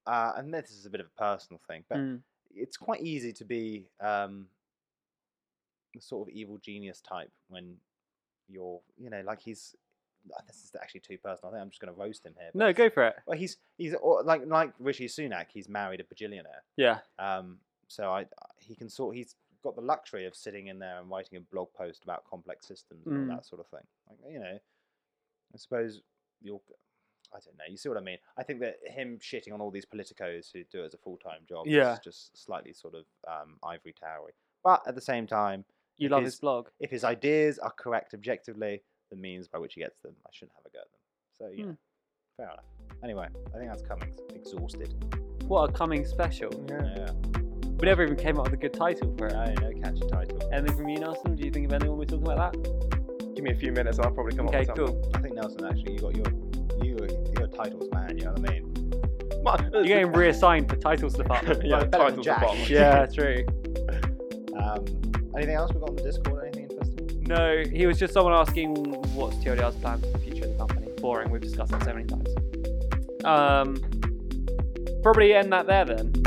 [SPEAKER 2] uh, and this is a bit of a personal thing, but
[SPEAKER 1] Mm.
[SPEAKER 2] it's quite easy to be um, the sort of evil genius type when you're, you know, like he's. uh, This is actually too personal. I think I'm just going to roast him here. but-
[SPEAKER 1] No, go for it.
[SPEAKER 2] Well, he's he's or, like like Rishi Sunak. He's married a bajillionaire.
[SPEAKER 1] Yeah.
[SPEAKER 2] Um, so I he can sort he's got the luxury of sitting in there and writing a blog post about complex systems and all
[SPEAKER 1] Mm.
[SPEAKER 2] that sort of thing. Like you know, I suppose you'll. I don't know. You see what I mean? I think that him shitting on all these politicos who do it as a full time job
[SPEAKER 1] Yeah.
[SPEAKER 2] is just slightly sort of um, ivory towery. But at the same time,
[SPEAKER 1] You
[SPEAKER 2] If
[SPEAKER 1] love
[SPEAKER 2] his-
[SPEAKER 1] his blog.
[SPEAKER 2] if his ideas are correct objectively, the means by which he gets them, I shouldn't have a go at them. So yeah,
[SPEAKER 1] Hmm.
[SPEAKER 2] fair enough. Anyway, I think that's Cummings. Exhausted.
[SPEAKER 1] What a coming special.
[SPEAKER 3] Yeah.
[SPEAKER 2] Yeah.
[SPEAKER 1] We never even came up with a good title for it.
[SPEAKER 2] No, no catchy title.
[SPEAKER 1] Anything from you, Nelson? Do you think of anyone we're talking about that?
[SPEAKER 4] Give me a few minutes, and I'll probably come
[SPEAKER 1] okay,
[SPEAKER 4] up with
[SPEAKER 1] cool.
[SPEAKER 2] I think Nelson actually, you got your you your titles, man. You know what I mean?
[SPEAKER 4] something. My-
[SPEAKER 1] You're getting reassigned for title stuff up.
[SPEAKER 4] yeah,
[SPEAKER 2] Well, better than
[SPEAKER 4] titles are
[SPEAKER 2] Jack.
[SPEAKER 4] bottom.
[SPEAKER 1] yeah, true.
[SPEAKER 2] Um, anything else we got on the Discord? Anything interesting?
[SPEAKER 1] No, he was just someone asking what's TLDR's plan for the future of the company. Boring, we've discussed that so many times. Um, probably end that there then.